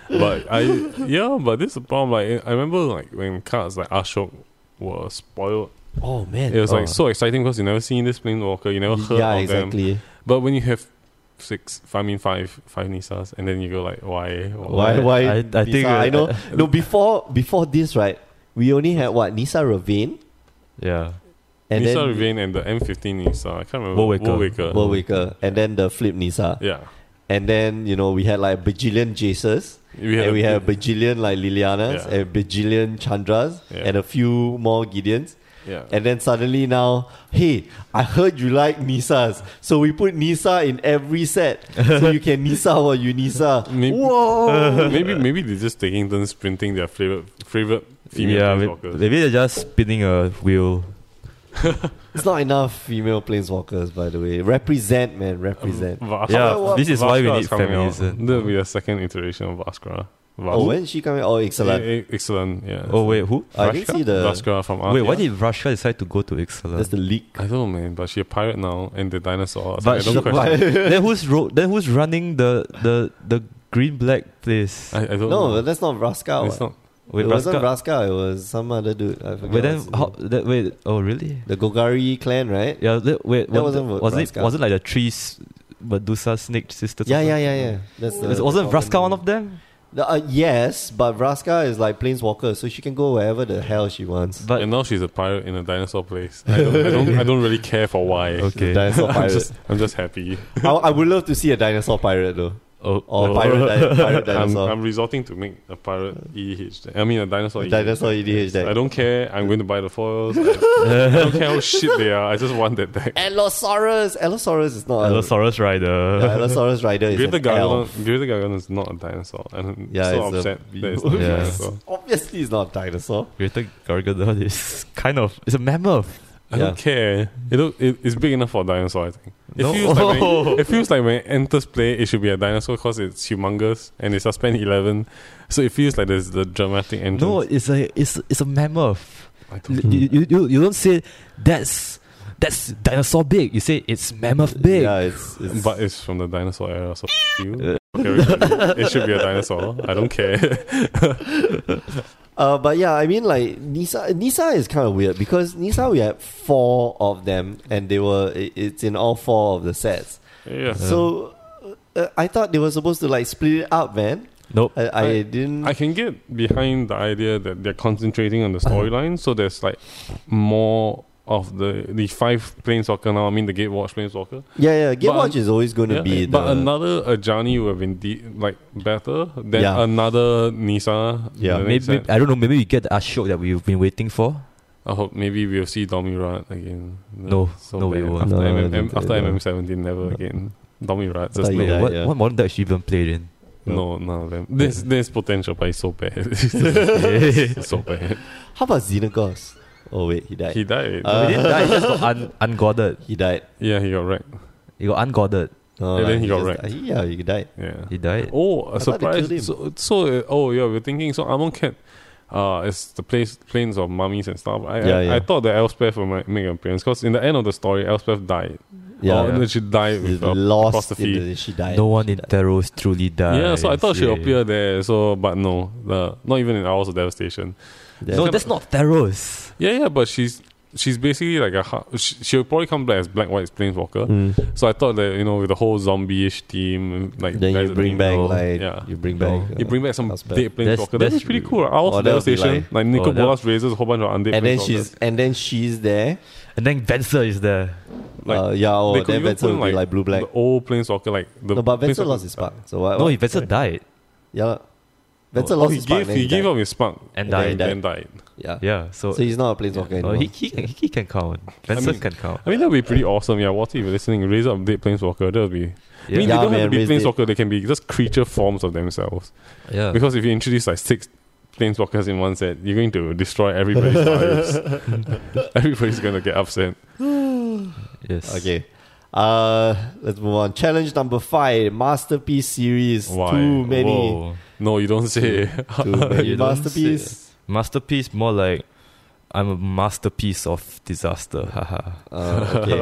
S3: but I yeah, but this is a problem. Like I remember like when cards like Ashok were spoiled.
S1: oh man,
S3: It was
S2: Oh.
S3: like so exciting because you never seen this plane walker, you never heard
S1: yeah,
S3: of them.
S1: exactly.
S3: But when you have six, five, I mean five, five Nisas, and then you go like, why,
S1: Why? Why?
S2: I- I
S1: Nisa?
S2: think, uh,
S1: I know. no, before before this, right? We only had what Nisa Ravine,
S2: yeah.
S1: and
S3: Nisa
S1: then
S3: Ravine and the M15 Nisa. I can't remember.
S2: World Waker.
S3: Waker.
S1: World Waker, and then the Flip Nisa,
S3: Uh-huh. Yeah.
S1: and then you know we had like bajillion Jaces,
S3: We
S1: and we had a bajillion like Lilianas,
S3: Yeah.
S1: and bajillion Chandras,
S3: Yeah.
S1: and a few more Gideons,
S3: yeah.
S1: and then suddenly now, hey, I heard you like Nisas, so we put Nisa in every set, so you can Nisa what you Nisa.
S3: Maybe-
S1: Whoa,
S3: maybe maybe they're just taking turns printing their favorite favorite female
S2: Yeah, may-
S3: planeswalkers.
S2: maybe they're just spinning a wheel.
S1: it's not enough female planeswalkers, by the way. Represent, man, represent.
S3: Vashka-
S2: Yeah,
S1: what-
S2: this is why we
S3: Vashka
S2: need
S3: coming out.
S2: feminism.
S3: That'll be the second iteration of Vaskra.
S1: oh, when she coming? Oh, excellent.
S3: Excellent. Yeah.
S2: Oh wait, who?
S1: I didn't see the.
S3: Vaskra from Arthia.
S2: Wait, why did Russia decide to go to
S1: That's
S2: Excellent?
S1: the leak.
S3: I don't know, man. But she a pirate now, and the dinosaur.
S2: But
S3: I don't
S2: she-
S3: question.
S2: then who's ro- then who's running the the the green black place?
S3: I, I don't
S1: No,
S3: know.
S1: but that's not Vraska.
S3: it's not.
S2: Wait,
S1: it Uh, wasn't
S2: Raska-
S1: Vraska, it was some other dude. I forgot.
S2: Wait, then
S1: what's his
S2: how?
S1: name.
S2: That, wait, oh really?
S1: The Gogari clan, right?
S2: Yeah, that, wait,
S1: That
S2: was
S1: wasn't Ro-
S2: wasn't it
S1: Raska.
S2: wasn't like the three s- Medusa snake sisters? or
S1: Yeah, yeah,
S2: something?
S1: yeah, yeah. That's the,
S2: Was- wasn't
S1: the
S2: Vraska one
S1: common
S2: of them?
S1: name. Uh, yes, but Vraska is like planeswalker, so she can go wherever the hell she wants.
S2: But
S3: and now she's a pirate in a dinosaur place. I don't. I don't, I don't really care for why.
S2: okay,
S1: Dinosaur
S3: I'm
S1: pirate.
S3: just. I'm just happy.
S1: I, I would love to see a dinosaur pirate though.
S2: Oh,
S1: Or
S2: oh.
S1: pirate di- pirate
S3: I'm,
S1: dinosaur.
S3: I'm resorting to make a pirate EDH deck. I mean, a
S2: Oh,
S3: dinosaur EDH.
S1: Dinosaur E EDH
S3: I
S1: deck.
S3: don't care. I'm going to buy the foils. I, I don't care how shit they are. I just want that deck.
S1: Allosaurus. Allosaurus is not. a-
S2: Allosaurus Rider.
S1: uh, Yeah, Allosaurus Rider is
S3: Greater
S1: an elf.
S3: Gargano, Greater Gargano is not a dinosaur. And I'm
S1: Yeah,
S3: so
S1: it's a
S3: upset that it's
S1: beast.
S3: not a
S2: Yeah.
S3: dinosaur.
S1: Obviously, it's not a dinosaur.
S2: Greater Gargadon is kind of it's a mammoth.
S3: I don't
S1: Yeah.
S3: care. It, look, it it's big enough for a dinosaur, I think. It,
S2: No.
S3: feels like when, it feels like when it enters play, it should be a dinosaur because it's humongous and they suspend 11. So it feels like there's the dramatic entrance.
S2: No, it's a it's it's a mammoth.
S3: I don't
S2: You, you, you, you don't say that's that's dinosaur big. You say it's mammoth big.
S1: Yeah, it's, it's
S3: But it's from the dinosaur era, so f- you.
S2: Uh.
S3: Fuck everybody. it should be a dinosaur. I don't care.
S1: Uh, but yeah, I mean, like Nisa, Nisa is kind of weird because Nisa we had four of them, and they were i- it's in all four of the sets.
S3: yeah.
S1: So uh, I thought they were supposed to like split it up, man.
S2: Nope.
S1: I, I,
S3: I-
S1: didn't.
S3: I can get behind the idea that they're concentrating on the storyline, so there's like more of the the five planeswalker now. I mean the Gatewatch planeswalker.
S1: yeah, yeah. Game
S3: but-
S1: Watch is always going to
S3: Yeah, eh,
S1: be
S3: but
S1: the
S3: another uh, Ajani would have been de- like better than
S1: Yeah.
S3: another Nisa.
S1: Yeah.
S3: in the
S2: Maybe,
S3: next set.
S2: I don't know. Maybe we get the Ashok that we've been waiting for.
S3: I hope maybe we'll see Domirat again.
S2: No, no, we
S3: bad.
S2: won't.
S3: After,
S1: No,
S3: MM,
S1: no, no,
S3: after
S1: no.
S3: MM17, never again. Domirat, just
S1: thought you
S3: no.
S1: Yeah,
S2: Wait, what,
S1: yeah.
S2: what modern deck she even played in?
S3: No, none of them. This this potential, but it's so bad. it's so bad.
S1: How about Xenagos? Oh wait, he died.
S3: He
S1: He,
S3: died.
S1: Uh,
S2: we didn't die. He just got un- ungodded.
S1: died.
S3: yeah, he got wrecked.
S2: He got ungodded.
S1: No,
S3: And
S1: like,
S3: then he got
S1: just
S3: wrecked.
S1: died. Yeah, he died.
S3: Yeah.
S2: He died.
S3: Oh, a
S1: I thought they killed him.
S3: surprise! So, so uh, oh yeah, we're thinking. So Amon Cat, uh, is the place planes of mummies and stuff. I
S1: Yeah,
S3: I,
S1: yeah.
S3: I thought that Elspeth would ma- make an appearance because in the end of the story, Elspeth died.
S1: Yeah,
S3: or that Oh, she died
S1: He
S3: with a
S1: lost. in
S3: apostrophe.
S1: the- she died.
S2: No one
S1: She
S2: in
S1: died.
S2: Theros truly died.
S3: Yeah, so I thought she'd appear there. So, but no, the, not even in Hours of Devastation.
S1: Yeah.
S2: No, that's not Theros.
S3: Yeah, yeah, but she's she's basically like a ha- she, she'll probably come back as Black White's Planeswalker.
S1: Mm.
S3: So I thought that you know with the whole zombie-ish team, like
S1: Then
S3: guys
S1: you
S3: that
S1: bring
S3: don't
S1: back
S3: know.
S1: like
S3: yeah.
S1: you bring
S2: No.
S1: back uh,
S3: You bring back some
S1: Elspeth.
S3: dead
S2: That's-
S3: planeswalker. That's,
S2: that's
S3: that's pretty cool. Our
S1: Oh,
S3: oh,
S1: that would be
S3: devastation.
S1: like-
S3: Like, Nico
S2: oh, that-
S3: Bolas raises a whole bunch of undead.
S1: and then
S3: planeswalkers.
S1: she's and then she's there.
S2: And then Venser is there.
S3: Like,
S1: uh, yeah, or
S3: they could
S1: then
S3: even
S1: Venser would
S3: put
S1: be like, blue black.
S3: The old planeswalker, like the
S1: no, but Venser
S3: planeswalker-
S1: lost his spark. So why?
S2: No,
S1: why-
S2: he Venser died.
S1: yeah, Venser
S2: Oh,
S1: lost
S3: Oh, he
S1: his spark.
S3: gave
S1: then he
S3: he gave
S1: died.
S3: up his spark
S2: And
S1: And then he
S2: died.
S1: died.
S3: and died.
S1: Yeah.
S2: Yeah, so,
S1: so he's not a planeswalker
S2: oh,
S1: anymore.
S2: he, he, can, he can count. Venser
S3: mean-
S2: can count.
S3: I mean, that would be pretty awesome. Yeah, what if you're listening? Raise up dead planeswalker. That would be. I mean,
S1: Yeah,
S3: they don't
S1: man,
S3: have to be
S1: raise dead.
S3: planeswalker. They can be just creature forms of themselves.
S2: yeah.
S3: Because if you introduce like six planeswalkers in one set, you're going to destroy everybody's lives. Everybody's going to get upset.
S2: Yes.
S1: okay. Uh, let's move on. Challenge number five: masterpiece series.
S3: Why?
S1: Too many.
S2: Whoa.
S3: No, you don't say.
S1: Too many
S2: You don't
S1: masterpiece.
S2: Masterpiece, more like I'm a masterpiece of disaster. Haha.
S1: Uh, okay.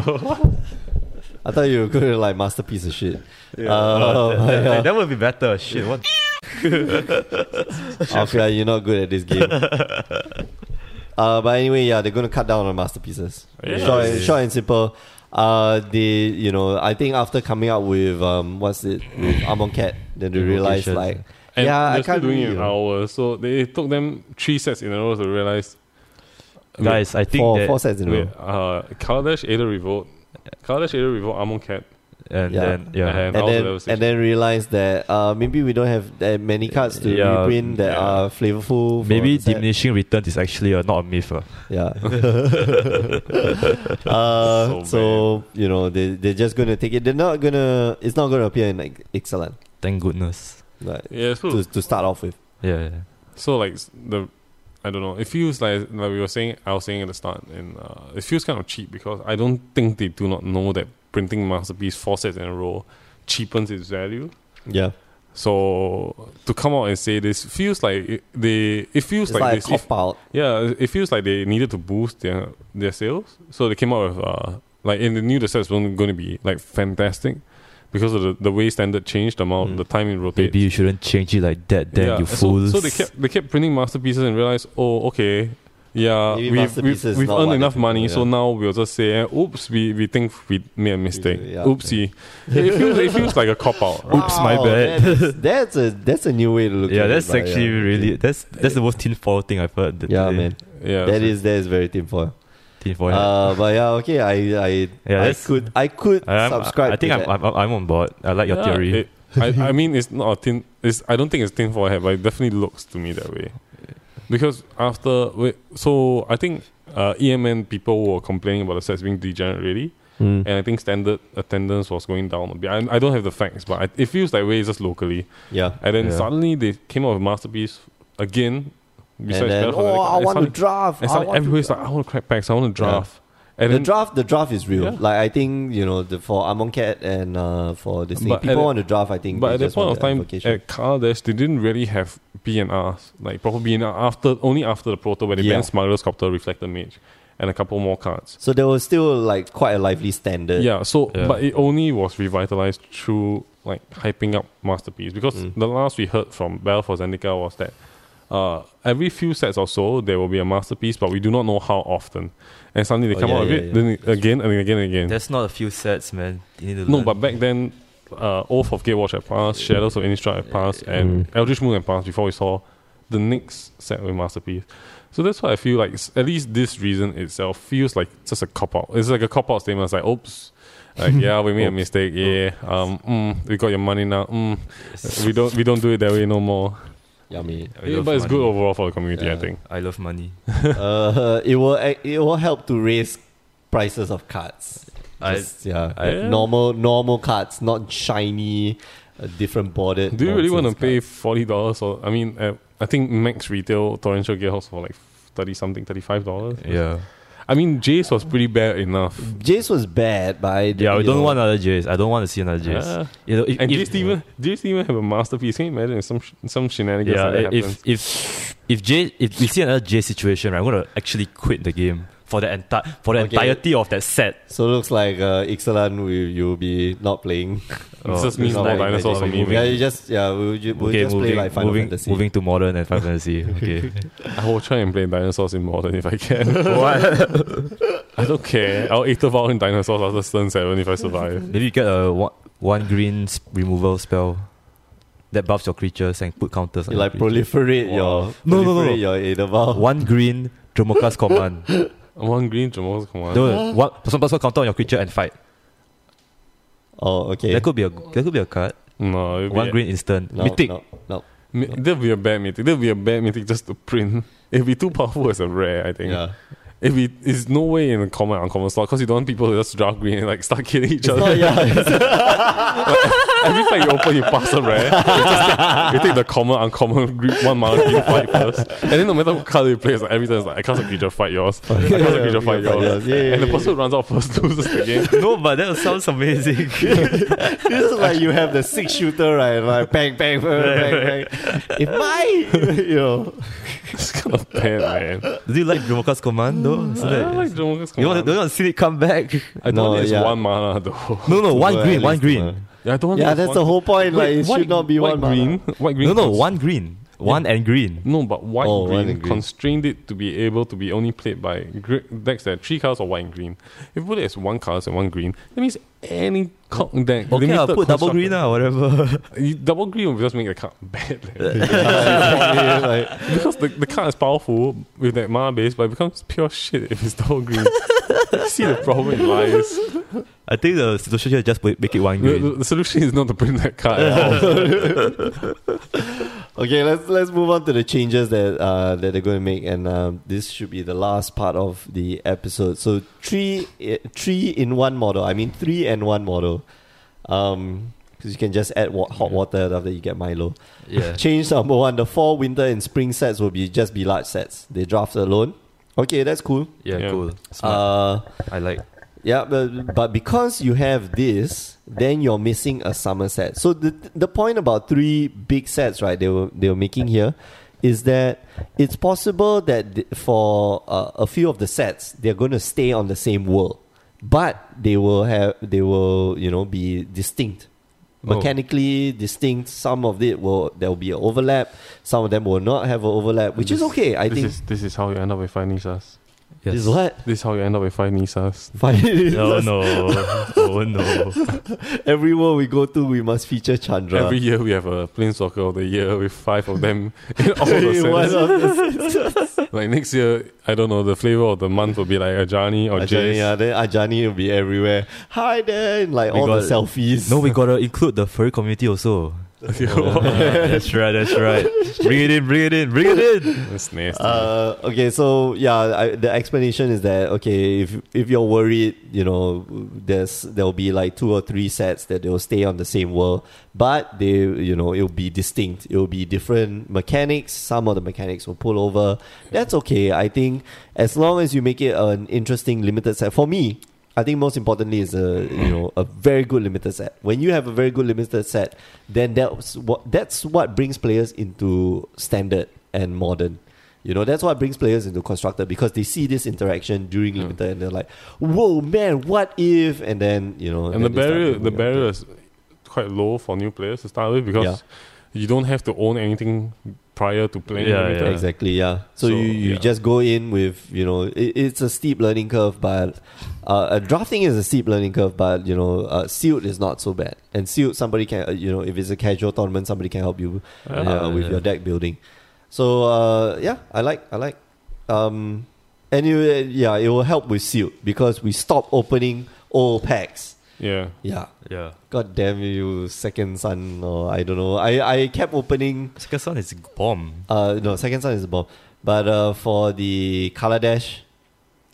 S1: I thought you were going to like masterpiece of shit.
S3: Yeah.
S1: Uh,
S2: that, that-
S1: yeah.
S2: that would be better. Shit, what?
S1: Afia, you're not good at this game. uh, but anyway, yeah, they're going to cut down on masterpieces.
S3: Yes.
S1: Short, and, short and simple. Uh, they, you know, I think after coming out with um, what's it with Amon Cat, then they realized
S2: Invocations.
S1: like,
S3: And
S1: yeah,
S3: they're
S1: I
S3: still
S1: can't
S3: doing
S1: really,
S3: it
S1: you
S3: in
S1: know,
S3: hours. So they it took them three sets in a row to realize.
S2: Guys, I think
S1: four,
S2: that,
S1: four sets in a
S3: wait,
S1: row.
S3: uh, Kaladesh Ada Revolt, Kaladesh Ada Revolt, Amon Cat,
S2: and
S1: Yeah.
S2: then yeah,
S3: And
S1: And
S3: also
S1: then,
S3: there was
S1: and then realized that uh, maybe we don't have that many cards to
S2: Yeah,
S1: reprint that
S3: yeah.
S1: are flavorful. for
S2: maybe
S1: the set.
S2: diminishing returns is actually uh, not a myth. Uh.
S1: Yeah. uh, so
S3: So
S1: you know they they're just gonna take it. They're not gonna. It's not gonna appear in like excellent.
S2: Thank goodness.
S1: Like,
S3: yeah.
S2: Hmm.
S3: So,
S1: to to start off with.
S2: Yeah, yeah.
S3: so like the, I don't know. It feels like like we were saying. I was saying at the start, and uh, it feels kind of cheap because I don't think they do not know that printing masterpiece four sets in a row cheapens its value.
S1: Yeah.
S3: So to come out and say this feels like it, they. It feels
S1: It's
S3: like,
S1: like a
S3: this, if-
S1: cop out.
S3: Yeah, it feels like they needed to boost their their sales, so they came out with uh like and they knew the sets weren't going to be like fantastic because of the, the way standard changed, the amount,
S1: Mm.
S3: the time it rotates.
S2: Maybe you shouldn't change it like Hmm. that. Then
S3: Yeah,
S2: you
S3: so-
S2: fools.
S3: So, they kept they kept printing masterpieces and realized, oh okay, yeah,
S1: Maybe
S3: we've
S1: masterpieces
S3: we've,
S1: is
S3: we've
S1: not
S3: earned
S1: what
S3: enough
S1: they
S3: money,
S1: do,
S3: so
S1: yeah.
S3: now we'll just say, eh, oops, we, we think we made a mistake.
S1: Yeah.
S3: Oopsie, it, feels it feels like a cop out. Right?
S2: Oops, my
S1: Wow,
S2: bad.
S1: That's, that's a that's a new way to look.
S2: yeah,
S1: at
S2: that's
S1: it, but
S2: actually
S1: yeah.
S2: really that's that's the most tinfoil thing I've heard. th-
S1: Yeah,
S2: today.
S1: man.
S3: Yeah,
S1: That
S3: so-
S1: is that is very tinfoil.
S2: Tinfoil.
S1: Uh, but yeah, okay. I I
S2: Yeah,
S1: I
S2: that's-
S1: could I could
S2: I, I'm,
S1: subscribe.
S2: I think
S1: to
S2: I'm,
S1: that.
S2: I'm I'm on board. I like your
S3: yeah,
S2: theory.
S3: it- I, I mean, it's not a tin. It's I don't think it's tin foil hat, but it definitely looks to me that way. Because after wait, so I think uh, EMN people were complaining about the sets being degenerate already,
S1: Mm.
S3: and I think standard attendance was going down a bit. I, I don't have the facts, but I, it feels that way just locally.
S1: Yeah.
S3: And then
S2: Yeah.
S3: suddenly they came out with masterpiece again. besides
S1: and then,
S3: Battle for the
S1: oh, I want
S3: Decade.
S1: to
S3: Suddenly-
S1: draft.
S3: and
S1: I
S3: suddenly
S1: want to
S3: everybody's like, I want to crack packs. I want to draft. And
S1: the
S3: then
S1: draft, the draft is real.
S3: Yeah.
S1: Like I think you know, the, for Amon Cat and uh, for this thing,
S3: But at
S1: people
S3: the-
S1: want to draft. I think,
S3: But
S1: they
S3: at that
S1: just
S3: point
S1: want
S3: of time,
S1: application.
S3: at Kardash, they didn't really have B and R's, like proper B and R after only after the proto where they
S1: Yeah.
S3: banned Smuggler's Copter, Reflector Mage, and a couple more cards.
S1: so there was still like quite a lively standard.
S3: Yeah, so
S2: Yeah.
S3: but it only was revitalized through like hyping up masterpiece because
S1: Mm.
S3: the last we heard from Bell for Zendika was that uh, every few sets or so there will be a masterpiece, but we do not know how often. And suddenly they
S1: Oh,
S3: come
S1: yeah,
S3: out with
S1: yeah,
S3: it
S1: yeah.
S3: then it- again and again and again.
S2: That's not a few sets, man. You need to
S3: No,
S2: learn.
S3: but back then, uh, Oath of Gatewatch had passed, Shadows of Innistrad had passed, and
S1: Mm.
S3: Eldritch Moon had passed before we saw the next set with Masterpiece. So that's why I feel like s- at least this reason itself feels like just a cop out. It's like a cop out statement. It's like, oops. Like yeah, we made a
S1: Oops.
S3: mistake. Yeah, um, mm, we got your money now. Mm, we don't, we don't do it that way no more.
S1: Yummy.
S2: I
S3: Yeah,
S2: love
S3: but it's good oh.
S2: money.
S3: overall for the community, I
S1: Yeah.
S3: think.
S2: I love money.
S1: uh, it will ac- it will help to raise prices of cards.
S2: I-
S1: Just, yeah,
S3: I-
S1: normal normal cards, not shiny, uh, different bordered.
S3: Do you really want to
S1: nonsense
S3: pay
S1: cards.
S3: forty dollars? Or I mean, uh, I think max retail torrential gearhouse for like thirty something, thirty five dollars.
S2: Yeah.
S3: I mean, Jace was pretty bad enough.
S1: Jace was bad, but I
S2: Yeah, we
S1: you know, Uh,
S2: don't want another Jace. I don't want to see another Jace.
S3: Yeah.
S2: You know, if,
S3: And
S2: if-
S3: Jace even Jace even have a masterpiece. Can you imagine if some sh- some shenanigans
S2: yeah,
S3: like that happens?
S2: if if if Jay if we see another Jay situation, right, I'm gonna actually quit the game for the entire for the
S1: Okay.
S2: entirety of that set.
S1: So it looks like uh, Ixalan will you'll be not playing.
S3: It's just me
S1: It's
S3: more
S1: not like
S3: dinosaurs for
S1: Magic.
S3: me.
S1: Yeah,
S3: man.
S1: you just yeah, we'll, ju- we'll
S2: okay,
S1: just
S2: moving,
S1: play like Final
S2: moving,
S1: Fantasy.
S2: moving to modern and Final Fantasy. Okay,
S3: I will try and play dinosaurs in modern if I can.
S2: what?
S3: I don't care. I'll eat the in dinosaurs after Stern Seven if I survive.
S2: Maybe you get a one, one green sp- removal spell that buffs your creatures and put counters. on
S1: You
S2: your
S1: like
S2: creatures.
S1: proliferate
S3: Wow.
S1: your
S2: No, no, no.
S1: proliferate your Edelval.
S2: one green Dromoka's command.
S3: One green Jamal's command.
S2: no, one person plus one counter on your creature and fight.
S1: Oh, okay.
S2: That could be a that could be a card.
S3: No, it'd be
S2: One
S3: a-
S2: green instant
S1: no,
S2: mythic.
S1: No, no.
S3: mi- That'd be a bad mythic. That'd be a bad mythic just to print. It'd be too powerful as a rare. I think.
S1: Yeah.
S3: It'd be. It's no way in a common uncommon slot because you don't want people to just draft green and like start killing each
S1: It's
S3: other.
S1: not, yeah, it's-
S3: Every time you open, you pass a rare. You, just take, you take the common, uncommon, gre- one mana green fight first. And then no matter what card you play, it's like every time it's like, I cast a creature, fight yours. I cast a creature, fight
S1: Yeah,
S3: yours.
S1: yeah, yeah,
S3: And the
S1: yeah.
S3: person who runs out first loses the game.
S2: no, but that sounds amazing.
S1: This is like you have the six shooter, right? Like bang, bang, bang, bang, bang. If my, you know,
S3: It's kind of bad, man.
S2: Do you like Dromoka's command though? So
S3: I
S2: that-
S3: like Jomoka's
S2: You want, to,
S3: command.
S2: you want to see it come back?
S3: I don't
S1: No,
S3: want it's
S1: yeah.
S3: one mana though.
S2: No, no, one
S1: Well,
S2: green,
S1: at
S2: one
S1: least,
S2: green.
S1: uh,
S3: Yeah, I don't want
S1: Yeah,
S3: it's
S1: that's
S3: one-
S1: the whole point. Like
S3: Wait,
S1: it
S3: white-
S1: should not be
S3: white
S1: one mana.
S3: green. White green.
S2: No, no,
S3: cons-
S2: one green, one and green.
S3: No, but white
S1: Oh,
S3: green,
S1: white and green.
S3: constrained it to be able to be only played by gr- decks that are three cards or white and green. If you put it as one card and one green, that means any co-
S2: Okay,
S3: deck.
S2: I'll
S3: limited
S2: put double green
S3: constructed-
S2: or whatever.
S3: You double green will just make the card bad. leh.
S1: Yeah, like,
S3: because the, the card is powerful with that mana base, but it becomes pure shit if it's double green. You See the problem in lies.
S2: I think the situation here is just make it one
S3: The, the,
S2: green.
S3: the solution is not to print that card at all.
S1: okay, let's let's move on to the changes that uh, that they're going to make, and um, this should be the last part of the episode. So three eh, three in one model. I mean three and one model. Um, because you can just add wa- hot water after you get Milo.
S2: Yeah.
S1: Change number one: the fall, winter, and spring sets will be just be large sets. They draft alone. Okay, that's cool.
S2: yeah,
S3: Yeah.
S2: cool. Smart.
S1: Uh,
S2: I like.
S1: yeah, but, but because you have this, then you're missing a summer set. So the the point about three big sets, right? They were they were making here, is that it's possible that th- for uh, a few of the sets, they're going to stay on the same world, but they will have they will you know be distinct
S2: Oh.
S1: mechanically distinct. Some of it will there will be an overlap. Some of them will not have an overlap, which is okay. I
S3: this
S1: think.
S3: is this is how you end up with five Nisas.
S2: Yes.
S1: Is what?
S3: This is how you end up with five Nisas.
S1: Finally,
S2: Oh no. Oh no.
S1: everywhere we go to, we must feature Chandra.
S3: Every year we have a planeswalker of the year with five of them in all the
S1: One
S3: sets.
S1: of the-
S3: Like next year, I don't know, the flavor of the month will be like Ajani or
S1: Ajani,
S3: Jace.
S1: yeah, then Ajani will be everywhere. Hi there, and like
S2: We
S1: all the
S2: got-
S1: selfies.
S2: No, we gotta include the furry community also.
S1: Oh,
S2: that's right, that's right. Bring it in, bring it in, bring it in.
S3: That's nasty.
S1: Uh, okay, so yeah, I, the explanation is that okay, if if you're worried, you know, there's there'll be like two or three sets that they'll stay on the same world, but they, you know, it'll be distinct. It'll be different mechanics. Some of the mechanics will pull over. That's okay. I think as long as you make it an interesting limited set. For me, I think most importantly is a you know a very good limited set. When you have a very good limited set, then that's what that's what brings players into standard and modern. You know that's what brings players into constructed because they see this interaction during limited and they're like, "Whoa, man, what if?" And then you know,
S3: and the
S1: then they start
S3: barrier, the
S1: building up
S3: barrier
S1: to-
S3: is quite low for new players to start with because you don't have to own anything prior to playing.
S2: Yeah,
S3: everything.
S2: yeah.
S1: Exactly, yeah. So,
S3: So,
S1: you, you
S3: yeah.
S1: just go in with, you know, it, it's a steep learning curve, but uh, uh, drafting is a steep learning curve, but, you know, uh, sealed is not so bad. And sealed, somebody can, uh, you know, if it's a casual tournament, somebody can help you uh,
S2: Yeah,
S1: with
S2: yeah.
S1: your deck building. So, uh, yeah, I like, I like. Um, anyway, yeah, it will help with sealed because we stop opening old packs.
S3: Yeah.
S1: Yeah.
S2: Yeah.
S1: God damn you, second son, or I don't know. I, I kept opening
S2: Second son is bomb.
S1: uh, no, second son is a bomb. But uh, for the color dash,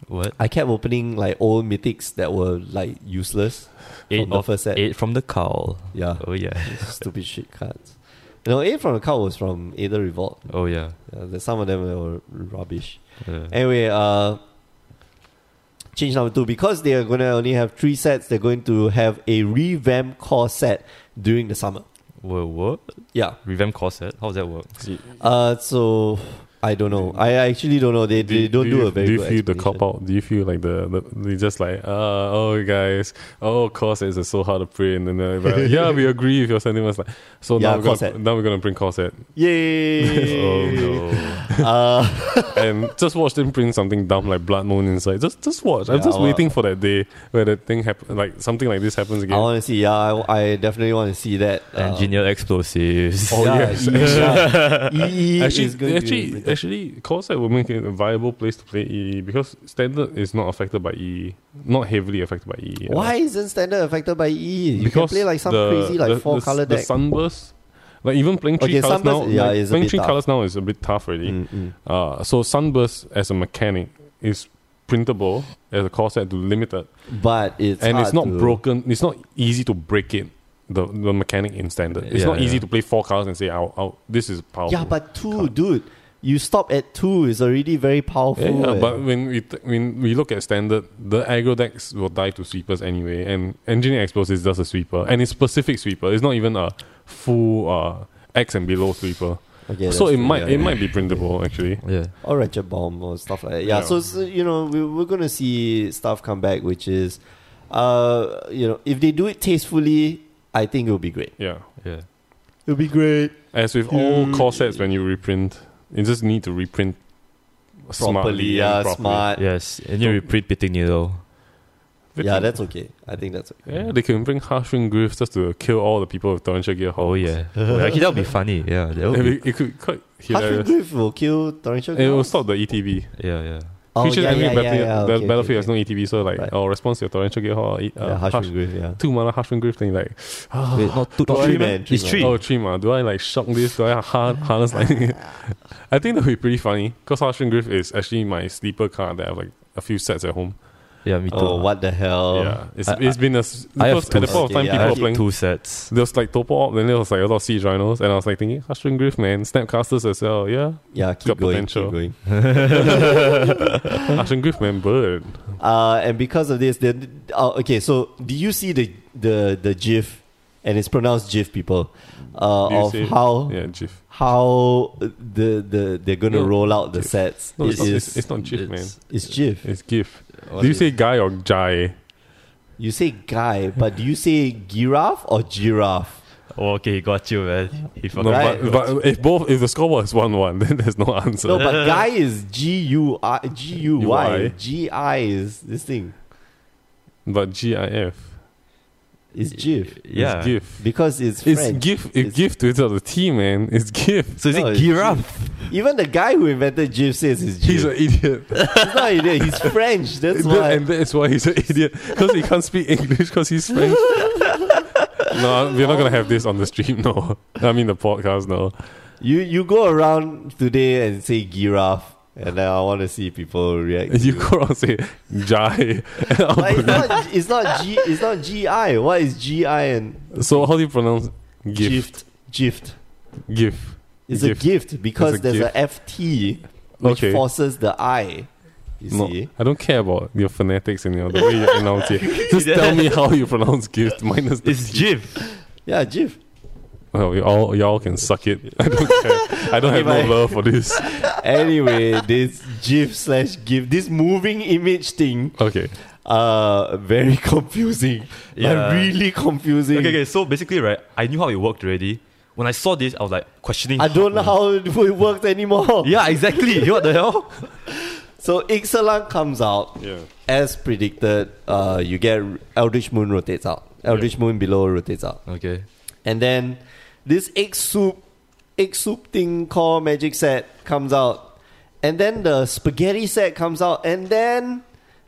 S2: What?
S1: I kept opening like old mythics that were like useless
S2: Eight
S1: from the
S2: of-
S1: first set.
S2: Eight from the cowl.
S1: Yeah,
S2: Oh yeah.
S1: stupid shit cards. You know, eight from the card was from Aether Revolt.
S2: Oh yeah.
S1: Yeah, there's some of them that were rubbish.
S2: Yeah.
S1: Anyway, uh, change number two because they are gonna only have three sets. They're going to have a revamp core set during the summer.
S2: Whoa, what?
S1: Yeah.
S2: Revamp corset? How does that work?
S1: Uh, so I don't know. I I actually don't know. They they don't do,
S3: you,
S1: a very
S3: Do you
S1: good
S3: feel the
S1: explanation.
S3: cop out? Do you feel like the, the they just like uh, oh guys oh corsets are so hard to print and then like, yeah we agree with your sentiments like so
S1: Yeah,
S3: now we're
S1: corset.
S3: gonna now we're gonna print corset
S1: Yay!
S2: Oh no.
S1: uh,
S3: and just watch them print something dumb like blood moon inside just just watch I'm
S1: Yeah,
S3: just
S1: I wa-
S3: waiting for that day where that thing happen like something like this happens
S1: I
S3: again
S1: want to see. Yeah, I, I definitely want to see that. uh,
S2: Engineer explosives.
S1: Oh yeah,
S3: yes.
S1: EE, yeah. EE
S3: E,
S1: is going to
S3: actually, actually, actually, Corset will make it a viable place to play EE because standard is not affected by EE, not heavily affected by EE. at all.
S1: Why isn't standard affected by EE? You can
S3: because
S1: play like some
S3: the-
S1: crazy like
S3: the-
S1: four
S3: the,
S1: color
S3: the
S1: deck.
S3: sunburst, like even playing three
S1: Okay,
S3: colors now,
S1: sunburst, yeah,
S3: like,
S1: is a
S3: playing
S1: bit
S3: three
S1: tough.
S3: colors now is a bit tough already.
S1: Mm, mm.
S3: Uh, so sunburst as a mechanic is printable as a core set to limited,
S1: But it's
S3: and it's
S1: hard
S3: not
S1: to-
S3: broken. It's not easy to break it. The, the mechanic in standard. It's
S2: Yeah,
S3: not easy
S2: yeah.
S3: to play four colors and say, "Ow, ow, this is powerful."
S1: Yeah, but two,
S3: Can't.
S1: dude. You stop at two is already very powerful.
S3: Yeah, yeah,
S1: eh.
S3: but when we th- when we look at standard, the aggro decks will die to sweepers anyway, and engineer explosive is just a sweeper, and it's specific sweeper. It's not even a full uh, X and below sweeper,
S1: okay,
S3: so
S1: that's
S3: it
S1: true,
S3: might
S1: yeah,
S3: it
S1: yeah.
S3: might be printable actually.
S2: Yeah.
S1: or Ratchet Bomb or stuff like that. Yeah,
S3: Yeah.
S1: So, so, you know we, we're gonna see stuff come back, which is, uh, you know, if they do it tastefully, I think it'll be great.
S3: Yeah,
S2: Yeah.
S1: It'll be great.
S3: as with all
S1: Hmm.
S3: core sets, when you reprint, you just need to reprint
S1: properly,
S3: smartly.
S1: yeah,
S3: and properly.
S1: smart. Yeah.
S2: Yes. And you reprint pitting needle.
S3: They think-
S1: that's okay. I think that's okay.
S3: yeah. They can bring Harshwing Griffs just to kill all the people with torrential gear.
S2: Oh yeah. Well, actually that would be funny. Yeah. That would
S3: And
S2: be,
S3: it, it could quite
S1: Harshwing
S3: hilarious.
S1: Griff will kill Torrential.
S3: It will stop the E ETB.
S2: yeah, yeah.
S1: Oh,
S3: Creatures
S1: yeah,
S3: entering
S1: yeah, yeah,
S3: battlefield,
S1: yeah,
S3: the
S1: okay,
S3: battlefield
S1: okay,
S3: has no ETB, so like,
S1: Right.
S3: oh, response to your torrential gear hall. Uh,
S1: okay. yeah,
S3: Harsh-
S1: Harshwing Griff. Yeah.
S3: two mana Harshman Griff thing, like, oh,
S1: Wait,
S2: Not two,
S1: not
S2: not
S1: three,
S2: three,
S1: man.
S2: man. It's
S1: Three,
S2: three.
S3: oh, three mana. Do I like shock this? Do I har- harness lightning? I think that would be pretty funny because Harshman Griff is actually my sleeper card that I have like a few sets at home.
S2: Yeah, me too.
S1: Oh, what the hell? Uh,
S3: yeah, it's,
S2: I-
S3: it's been a. s-
S2: I have
S3: Because at the
S2: two
S3: point of
S1: sets.
S3: time,
S1: Yeah, I
S3: people
S1: have
S3: were playing.
S2: Two sets.
S3: There was like Topo Op, then there was like a lot of Siege Rhinos, and I was like thinking, Harshman Griff, man, Snapcasters as well, yeah.
S1: yeah. Keep
S3: Got
S1: going.
S3: potential.
S1: Keep going.
S3: Harshman Griff, man, bird.
S1: Uh, and because of this, then uh, okay. So, do you see the the the GIF? And it's pronounced GIF, people. Uh,
S3: Do you
S1: of
S3: see it?
S1: how
S3: Yeah, GIF.
S1: how the the they're gonna
S3: No,
S1: roll out the
S3: GIF.
S1: sets.
S3: No,
S1: it
S3: it's, not,
S1: is
S3: it's, it's not GIF, man.
S2: It's-
S1: it's GIF.
S3: It's GIF. Do you say guy or jai?
S1: You say guy, but do you say giraffe or giraffe?
S2: Oh, okay, got you, man. He
S3: No,
S2: fucking
S1: Right.
S3: but, but if both if the scoreboard is one one, then there's no answer.
S1: No, but guy is G U I G U Y.
S3: UI.
S1: G I is this thing.
S3: But GIF.
S1: It's GIF.
S2: Yeah.
S3: It's GIF.
S1: Because it's
S3: It's
S1: French.
S3: GIF. It's, GIF without the T, man. It's GIF.
S2: So is
S1: No,
S2: it
S1: it's
S2: giraffe?
S1: Even the guy who invented GIF says it's GIF.
S3: He's an idiot.
S1: He's not idiot. He's French. That's
S3: That-
S1: why.
S3: And that's why he's an idiot. Because he can't speak English because he's French. no, we're not going to have this on the stream, no. I mean, the podcast, no.
S1: You you go around today and say giraffe, and then I want to see people react.
S3: You go around and say, Jai.
S1: But it's not it's not G it's not G I. What is G I and
S3: so, how do you pronounce GIF?
S1: gift? Gift.
S3: GIF.
S1: It's
S3: Gift.
S1: a gift because
S3: It's a
S1: there's
S3: gift.
S1: a FT which
S3: Okay.
S1: forces the I. You
S3: No,
S1: see?
S3: I don't care about your phonetics and your, the way you pronounce it. Just tell me how you pronounce GIF minus the
S2: It's
S3: T.
S2: GIF.
S1: Yeah, GIF.
S3: Well, you all, y'all can suck it. I don't care. I don't have
S1: Okay, bye.
S3: no love for this.
S1: Anyway, this GIF slash GIF, this moving image thing,
S3: Okay.
S1: uh, very confusing.
S2: Yeah.
S1: Like really confusing.
S2: Okay, okay, so basically, right, I knew how it worked already. When I saw this, I was like questioning.
S1: I don't know how it works anymore.
S2: Yeah, exactly. You know what the hell?
S1: So Ixalan comes out
S3: Yeah.
S1: as predicted. Uh, you get Eldritch Moon rotates out. Eldritch Moon below rotates out,
S2: Okay.
S1: and then this egg soup, egg soup thing called Magic Set comes out, and then the spaghetti set comes out, and then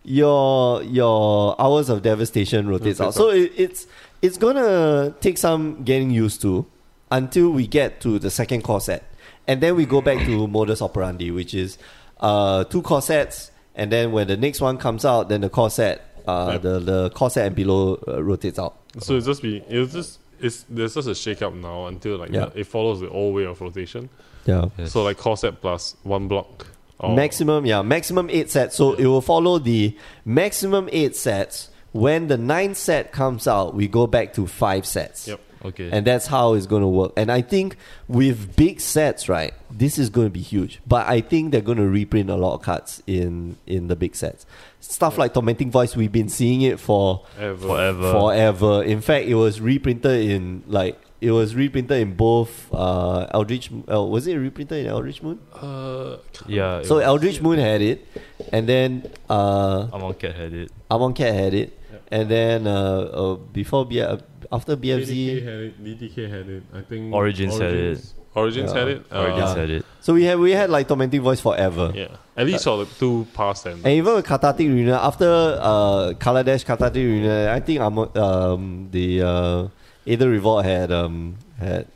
S1: your your Hours of Devastation rotates out. So it, it's it's gonna take some getting used to until we get to the second core set. And then we go back to modus operandi, which is uh, two core sets. And then when the next one comes out, then the core set, uh,
S3: Yep.
S1: the, the core set and below uh, rotates out.
S3: So it's just be it's just it's there's just a shake up now until like
S1: Yeah.
S3: the- it follows the old way of rotation.
S1: Yeah.
S3: So like core set plus one block. Or,
S1: Maximum, yeah, maximum eight sets. So it will follow the maximum eight sets. When the ninth set comes out, we go back to five sets.
S3: Yep.
S2: Okay.
S1: And that's how it's going to work. And I think with big sets, right, this is going to be huge. But I think they're going to reprint a lot of cards in in the big sets. Stuff like Tormenting Voice, we've been seeing it for
S3: Ever.
S2: Forever.
S1: forever. In fact, it was reprinted in like it was reprinted in both uh, Eldritch. Uh, was it reprinted in Eldritch Moon?
S3: Uh,
S2: yeah. it
S1: So
S2: was-
S1: Eldritch Moon had it, and then uh,
S2: Amon Cat had it.
S1: Amon Cat had it, and then uh, uh, before B- uh, after
S3: DDK
S1: BFZ,
S3: had it. DDK had it. I think
S2: Origins had Origins-
S3: Origins
S1: Yeah.
S3: had it. Uh,
S2: Origins
S1: yeah.
S2: had it.
S1: so we had we had like tormenting voice forever,
S3: Yeah. At least all the two past and
S1: and even with Cathartic Reunion after uh, Kaladesh Cathartic Reunion, I think Amon, um the uh, Aether Revolt had um had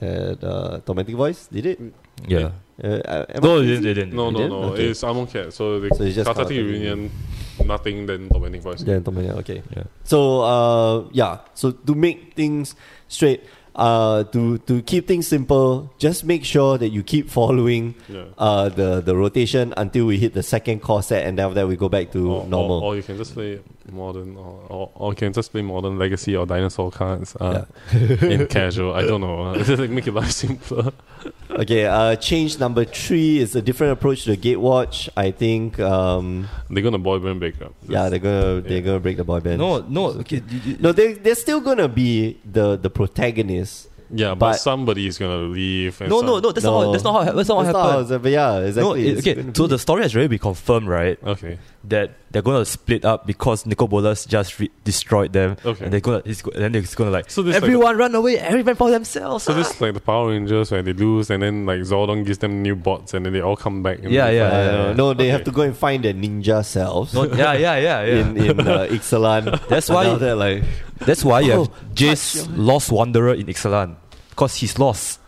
S1: had uh, tormenting voice, did it?
S2: Yeah.
S1: Uh, am
S2: No,
S1: I
S2: it
S1: crazy?
S2: didn't. It didn't.
S3: no,
S1: They
S3: no,
S1: did?
S3: no.
S1: Okay.
S3: It's Amon Cat. So the
S1: So it's just
S3: Katati
S1: Katati
S3: Union, nothing then Dominic Voice.
S1: Then tormenting. Okay.
S2: Yeah.
S1: So uh, yeah, so to make things straight, uh, to to keep things simple, just make sure that you keep following
S3: Yeah.
S1: uh, the the rotation until we hit the second core set, and then after that we go back to
S3: Or,
S1: normal.
S3: Or, or you can just play modern, or, or, or you can just play modern legacy or dinosaur cards uh, in casual. I don't know. It's just like make your life simpler.
S1: okay, uh, change number three is a different approach to the gatewatch. I think um,
S3: They're gonna boy band back up.
S1: yeah, they're gonna they're gonna break the boy band.
S2: No, no. Okay. you- you-
S1: no, they they're still gonna be the the protagonist.
S3: yeah, but,
S1: but-
S3: somebody is gonna leave. And
S2: No,
S3: some-
S2: no, no. That's not.
S1: No.
S2: How, that's not how. That's not what
S1: That's not
S2: happened.
S1: how it's- but yeah,
S2: No.
S1: exactly.
S2: It,
S1: It's
S2: okay.
S1: gonna
S2: So
S1: be-
S2: the story has already been confirmed, right?
S3: Okay,
S2: That they're gonna split up because Nicobolas just re- destroyed them.
S3: Okay.
S2: And they're gonna. It's, go- and then they're gonna like.
S3: So this like
S2: everyone run away. Everyone for themselves.
S3: so
S2: ah.
S3: this is like the Power Rangers where they lose, and then like Zordon gives them new bots, and then they all come back. And
S2: Yeah,
S3: they
S2: yeah,
S3: fight.
S1: Uh, no, they have
S3: Okay.
S1: to go and find their ninja selves.
S2: No, yeah, yeah, yeah, yeah.
S1: in in uh, Ixalan.
S2: That's why-
S1: And now they're like
S2: That's why you have
S1: Oh,
S2: Jace lost Wanderer in Ixalan. Because he's lost.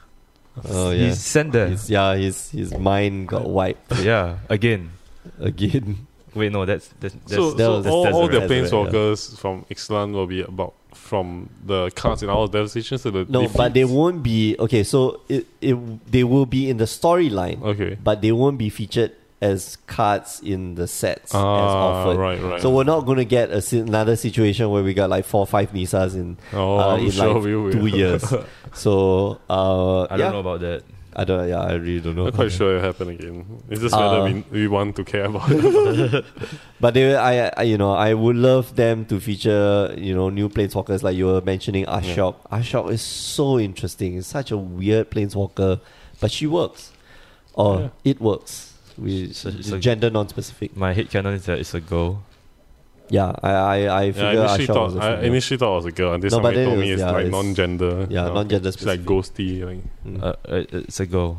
S1: oh yeah,
S2: He's sent there.
S1: His- yeah, his his mind got wiped
S2: yeah, again.
S1: again.
S2: Wait, no, that's. that's, that's
S3: So,
S1: that
S3: so
S1: was-
S3: all,
S1: that's
S3: all
S1: the
S3: their
S1: rest of it, yeah.
S3: planeswalkers from Ixalan will be about from the cards in our devastation to the
S1: No, but they
S3: defeats.
S1: won't be okay. So it, it they will be in the storyline,
S3: okay.
S1: but they won't be featured as cards in the sets as
S3: Ah,
S1: offered.
S3: right, right.
S1: So we're not going to get a, si- another situation where we got like four, five Nisas in,
S3: Oh,
S1: uh,
S3: I'm
S1: in
S3: sure
S1: like
S3: we will.
S1: two years. So uh, yeah,
S2: I don't know about that.
S1: I don't. Yeah, I really don't know.
S3: Not quite sure it'll happen again. It's just whether
S1: Uh,
S3: we, we want to care about it.
S1: But they, I, I, you know, I would love them to feature, you know, new planeswalkers like you were mentioning. Ashok, Ashok is so interesting. It's such a weird planeswalker, but she works, or
S3: Yeah.
S1: it works. We
S2: It's a- it's a-
S1: gender non-specific.
S2: My head canon is that it's a girl.
S1: Yeah, I I, I
S3: Yeah, I
S1: figure
S3: initially
S1: Asha
S3: thought
S1: was a
S3: I
S1: female.
S3: initially thought it was a girl, and then
S1: No, but
S3: somebody
S1: then
S3: told
S1: it
S3: me
S1: was-
S3: it's
S1: yeah,
S3: like
S1: it's-
S3: non-gender.
S1: yeah,
S3: you know,
S1: non-gender
S3: It's like
S1: specific.
S3: ghosty. Like,
S1: Mm.
S2: Uh, uh, it's a girl.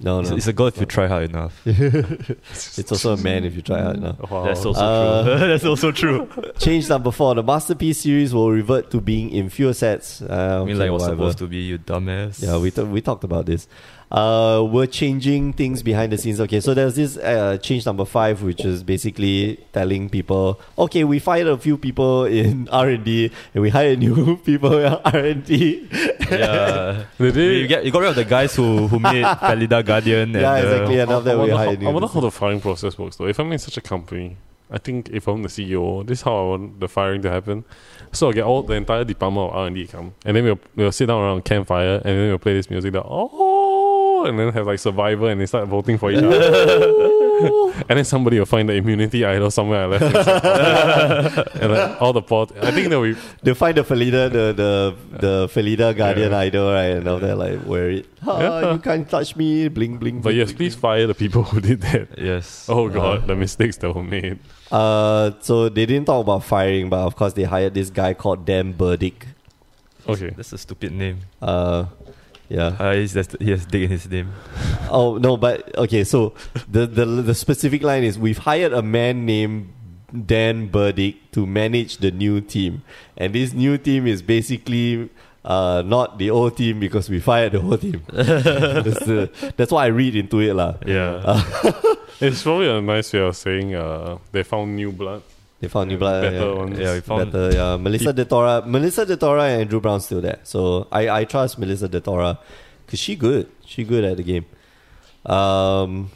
S1: no,
S2: It's,
S1: no,
S2: it's a girl if you try hard enough.
S1: it's also a man if you try hard enough.
S3: wow.
S2: That's also
S1: Uh,
S2: true. That's also true.
S1: Change number four: the masterpiece series will revert to being in fewer sets. Uh,
S2: I
S1: okay,
S2: mean, like, was
S1: whatever.
S2: supposed to be you dumbass.
S1: Yeah, we, t- we talked about this. Uh, we're changing things behind the scenes. Okay, so there's this uh, change number five, which is basically telling people, okay, we fired a few people in R and D, and we hired new people in R and D.
S2: yeah.
S3: Did
S2: I
S3: they-
S2: mean, you, get, you got rid of the guys who, who made Felida Guardian.
S1: Yeah,
S2: and, uh,
S1: exactly. And
S3: I- I
S1: after we
S3: wonder
S1: hired
S3: how- I wonder
S1: new.
S3: how the firing process works though. If I'm in such a company, I think if I'm the CEO, this is how I want the firing to happen. So I get all the entire department of R and D come, and then we'll we'll sit down around campfire, and then we'll play this music. That oh, and then have like Survivor, and they start voting for each other. and then somebody will find the immunity idol somewhere I left, it. and then all the pot. I think that we
S1: They find the Felida, the the the Felida Guardian
S3: Yeah.
S1: idol, right? And now they're like, wear it. Ah, you can't touch me. Bling bling.
S3: But
S1: bling,
S3: yes,
S1: bling,
S3: please fire the people who did that.
S2: Yes.
S3: Oh god,
S1: Uh-huh.
S3: the mistakes that were made.
S1: Uh, so they didn't talk about firing, but of course they hired this guy called Dan Burdick.
S3: Okay.
S2: That's a stupid name.
S1: Uh, yeah.
S2: Uh, he's, that's, he has dick in his name.
S1: Oh no, but okay. So the the the specific line is we've hired a man named Dan Burdick to manage the new team, and this new team is basically. Uh, not the old team because we fired the whole team. that's, the, that's what I read into it, lah.
S2: Yeah.
S3: It's probably a nice way of saying uh, they found new blood.
S1: They found new
S3: Yeah,
S1: blood.
S3: better
S1: yeah.
S3: ones.
S2: yeah, we found
S1: better, yeah. Melissa Detora, Melissa Detora and Andrew Brown still there. So I, I trust Melissa Detora because she good. She good at the game. Um,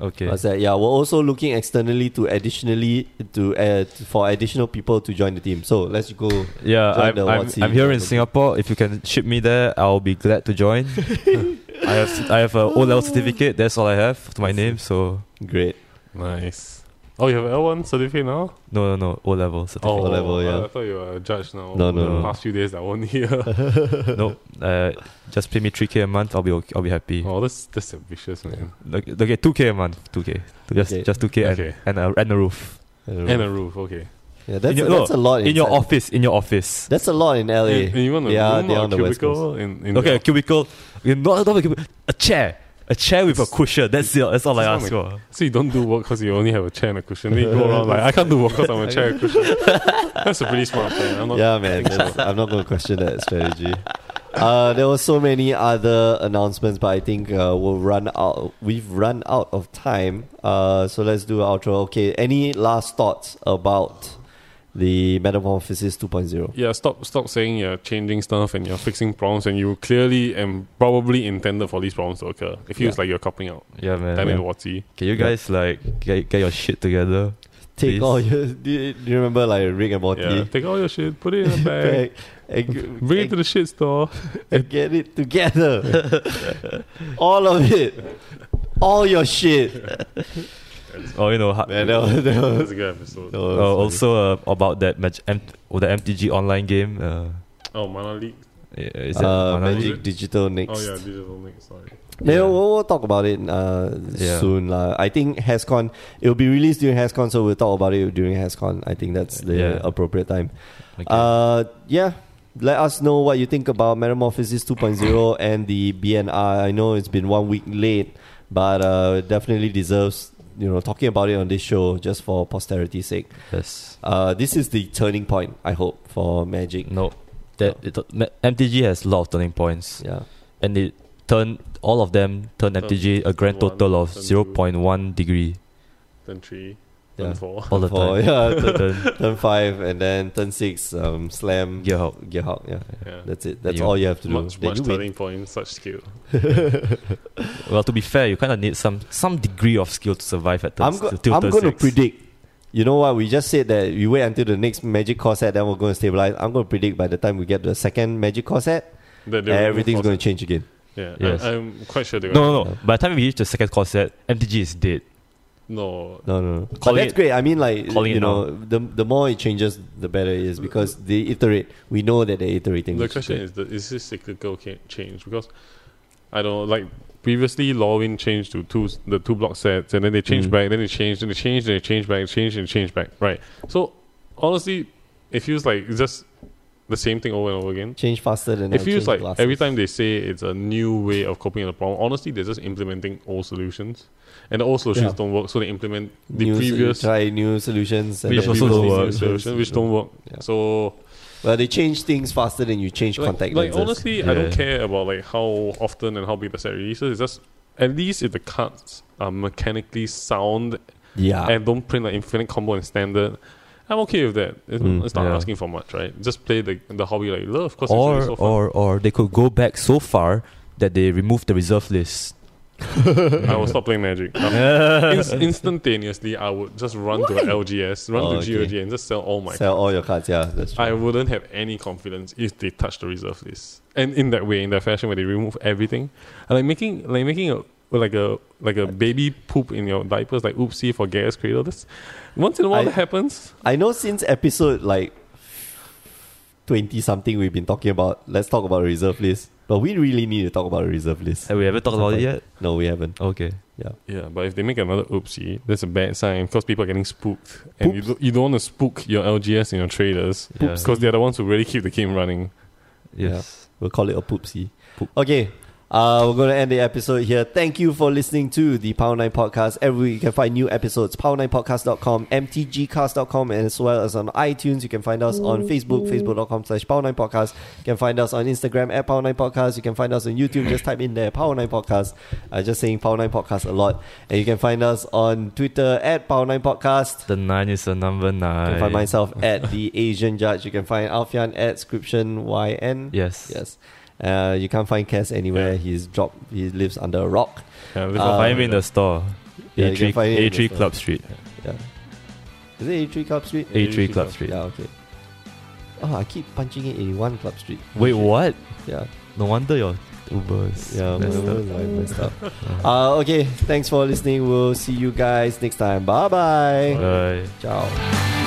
S2: Okay.
S1: what's that? Yeah, we're also looking externally to additionally to add for additional people to join the team. So let's go.
S2: Yeah,
S1: Join
S2: I'm,
S1: the
S2: I'm,
S1: WotC
S2: I'm here
S1: something.
S2: in Singapore. If you can ship me there, I'll be glad to join. I have I have an O level certificate. That's all I have to my name. So
S1: Great.
S3: Nice. Oh, you have L1 certificate now?
S2: no, no, no O level certificate.
S3: Oh,
S1: level,
S3: uh,
S1: yeah.
S3: I thought you were a judge now.
S1: No, no,
S3: The
S1: no.
S3: Past few days I won't hear.
S2: No, uh, just pay me three k a month. I'll be okay, I'll be happy.
S3: oh, that's that's ambitious, man.
S2: Okay, Okay, two k a month. Two k. Just
S1: Okay.
S2: just two k and
S3: Okay.
S2: and a, and a roof
S3: And a roof, okay.
S1: yeah, that's,
S2: In your-
S1: that's
S2: no,
S1: a lot
S2: in your
S1: inside-
S2: office. In your office.
S1: That's a lot in LA.
S3: And, and you want a
S1: Oh, Yeah,
S3: room
S1: they're
S3: or
S1: on
S3: a
S1: the West
S3: cubicle? In, in
S2: Okay,
S3: the-
S2: a cubicle. Okay, Not, not a cubicle. A chair. A chair with a cushion. That's it. That's all I ask
S3: Just
S2: for.
S3: so you don't do work because you only have a chair and a cushion. Then you go around like, I can't do work because I'm a chair and cushion. that's a pretty smart plan. I'm not
S1: yeah, man. that's- I'm not going to question that strategy. Uh, there were so many other announcements, but I think uh, we'll run out. We've run out of time. Uh, so let's do our outro. Okay. Any last thoughts about the Metamorphosis 2.0?
S3: Yeah, stop stop saying you're changing stuff and you're fixing problems and you clearly and probably intended for these problems to occur. It feels
S1: Yeah.
S3: like you're copying out.
S2: Yeah, man.
S3: Damn it, Watsy.
S2: Can you guys like get, get your shit together?
S1: Take
S2: Please.
S1: all your. Do you, do you remember like Rick and Morty?
S3: Yeah. Take all your shit, put it in a bag,
S1: Back and-
S3: bring it to the shit store.
S1: and get it together. all of it. All your shit.
S2: Oh, you know, ha-
S1: Man, that was, that was,
S3: That's a good episode.
S1: that
S2: Uh,
S1: was
S2: also uh, about that match, M- or the MTG online game. Uh,
S3: Oh, Mana League.
S2: yeah, is that
S1: uh,
S2: Mana
S1: Magic
S2: League?
S1: Digital next.
S3: Oh, yeah, Digital Link, sorry.
S1: Yeah,
S2: Yeah.
S1: We'll, we'll talk about it uh,
S2: Yeah.
S1: soon. lah. I think HasCon, it'll be released during HasCon, so we'll talk about it during HasCon. I think that's the
S2: Yeah.
S1: appropriate time.
S2: Okay.
S1: Uh, yeah, let us know what you think about Metamorphosis 2.0 and the BNR. I know it's been one week late, but uh, it definitely deserves you know talking about it on this show just for posterity's sake.
S2: yes.
S1: Uh, this is the turning point, I hope, for Magic.
S2: No. That it, Ma- MTG has a lot of turning points,
S1: Yeah,
S2: and it turned all of them turned
S3: Turn-
S2: MTG a grand
S3: turn
S2: total
S3: one,
S2: of
S3: turn two.
S2: zero point one degree
S3: Turn 3, turn
S1: yeah.
S3: 4.
S2: all the
S1: For,
S2: time.
S1: Oh, yeah, turn,
S2: turn
S1: turn five and then turn six, um, slam,
S2: gear out.
S1: Gear Hulk, yeah.
S3: Yeah.
S1: That's it. That's
S2: Yeah.
S1: all you have to do.
S3: Much,
S1: Then
S3: much
S1: you win.
S3: turning point, such skill.
S2: Well, to be fair, you kind of need some some degree of skill to survive at turn,
S1: I'm, go-
S2: till
S1: I'm
S2: turn
S1: going to
S2: six.
S1: predict. You know what? We just said that we wait until the next magic core set, then we're going to stabilize. I'm going to predict by the time we get to the second magic core set,
S3: That they will
S1: everything's
S3: force
S1: going
S3: it.
S1: to change again.
S3: Yeah,
S2: Yes.
S3: I, am quite sure they're
S2: No, no,
S3: going
S2: no. By the time we reach the second core set, MTG is dead.
S3: No.
S1: No, no, no. But
S2: Calling
S1: that's
S2: it-
S1: great. I mean, like,
S2: calling
S1: you
S2: it
S1: know, the, the more it changes, the better it is because they iterate. We know that they're iterating.
S3: The
S1: which is
S3: question
S1: great.
S3: is, the, is this cyclical ca- change? Because I don't know, like previously Lorwyn changed to two the two block sets and then they changed
S1: Mm.
S3: back, then they changed, then they changed, then they changed back, changed and changed back. Right. So honestly, it feels like it's just the same thing over and over again.
S1: Change faster than
S3: It
S1: I
S3: feels
S1: change
S3: like
S1: glasses.
S3: every time they say it's a new way of coping with the problem, honestly, they're just implementing old solutions. And the old solutions
S1: Yeah.
S3: don't work, so they implement the
S1: New sol-
S3: previous
S1: try new solutions. And
S3: which
S1: then
S2: also
S1: previous
S2: don't
S1: new
S2: work.
S1: solutions.
S3: Solution, which don't work.
S1: Yeah.
S3: So
S1: Well, they change things faster than you change
S3: like,
S1: contact
S3: like,
S1: lenses.
S3: honestly, I
S2: Yeah.
S3: don't care about like how often and how big the set releases. It's just at least if the cards are mechanically sound
S1: yeah,
S3: and don't print like infinite combo and standard. I'm okay with that. It's,
S1: Mm,
S3: it's not
S2: yeah.
S3: asking for much, right? Just play the the hobby like you love, cause
S2: or
S3: it's really so fun.
S2: or or they could go back so far that they removed the reserve list.
S3: I will stop playing Magic. Um, ins- instantaneously, I would just run to the LGS, run
S1: Oh,
S3: to
S1: okay.
S3: GOG, and just sell all my
S1: sell all your cards. Yeah, that's true.
S3: I wouldn't have any confidence if they touch the reserve list. And in that way, in that fashion, where they remove everything, and like making like making a like a like a baby poop in your diapers, like oopsie for gas cradle. This once in a while
S1: I-
S3: that happens.
S1: I know since episode like twenty something, we've been talking about. Let's talk about a reserve list, but we really need to talk about a reserve list.
S2: Have we ever talked about it yet?
S1: No, we haven't.
S2: Okay.
S3: Yeah, but if they make another oopsie, that's a bad sign because people are getting spooked, and you
S1: Poops.
S3: do, you don't want to spook your LGS and your traders
S2: Yeah.
S3: because they're the ones who really keep the game running.
S2: Yes.
S1: We'll call it a poopsie.
S2: Poop.
S1: Okay. Uh, we're going to end the episode here. Thank you for listening to the Power 9 Podcast. Every week you can find new episodes, power9podcast.com, mtgcast.com, and as well as on iTunes. You can find us on Facebook, facebook.com slash power9 podcast. You can find us on Instagram at power9 podcast. You can find us on YouTube. Just type in there, power 9 podcast. Uh, just saying power 9 podcast a lot. And you can find us on Twitter at power 9 podcast.
S2: The nine is the number
S1: You
S2: nine.
S1: can find myself at the Asian Judge. You can find Alfian at Scription YN.
S2: Yes.
S1: Yes. Uh, you can't find Cass anywhere. He's dropped. He lives under a rock.
S3: Yeah,
S2: You can
S3: that's
S1: Uh,
S3: not
S2: find me in the store.
S1: yeah, you
S2: A3,
S1: can find it in the
S2: A3
S1: store.
S2: Club Street.
S1: Yeah. Is it 83 Club Street?
S3: Yeah,
S2: A3
S3: A3
S2: Club
S3: Club
S2: Street.
S1: Yeah. Okay. Oh, I keep punching it 81 Club Street.
S2: Wait, what?
S1: Yeah.
S2: No wonder your Ubers.
S1: Yeah.
S2: messed
S1: my-
S2: up.
S1: my- my stuff. uh, okay. Thanks for listening. We'll see you guys next time. Bye bye.
S2: Bye.
S1: Ciao.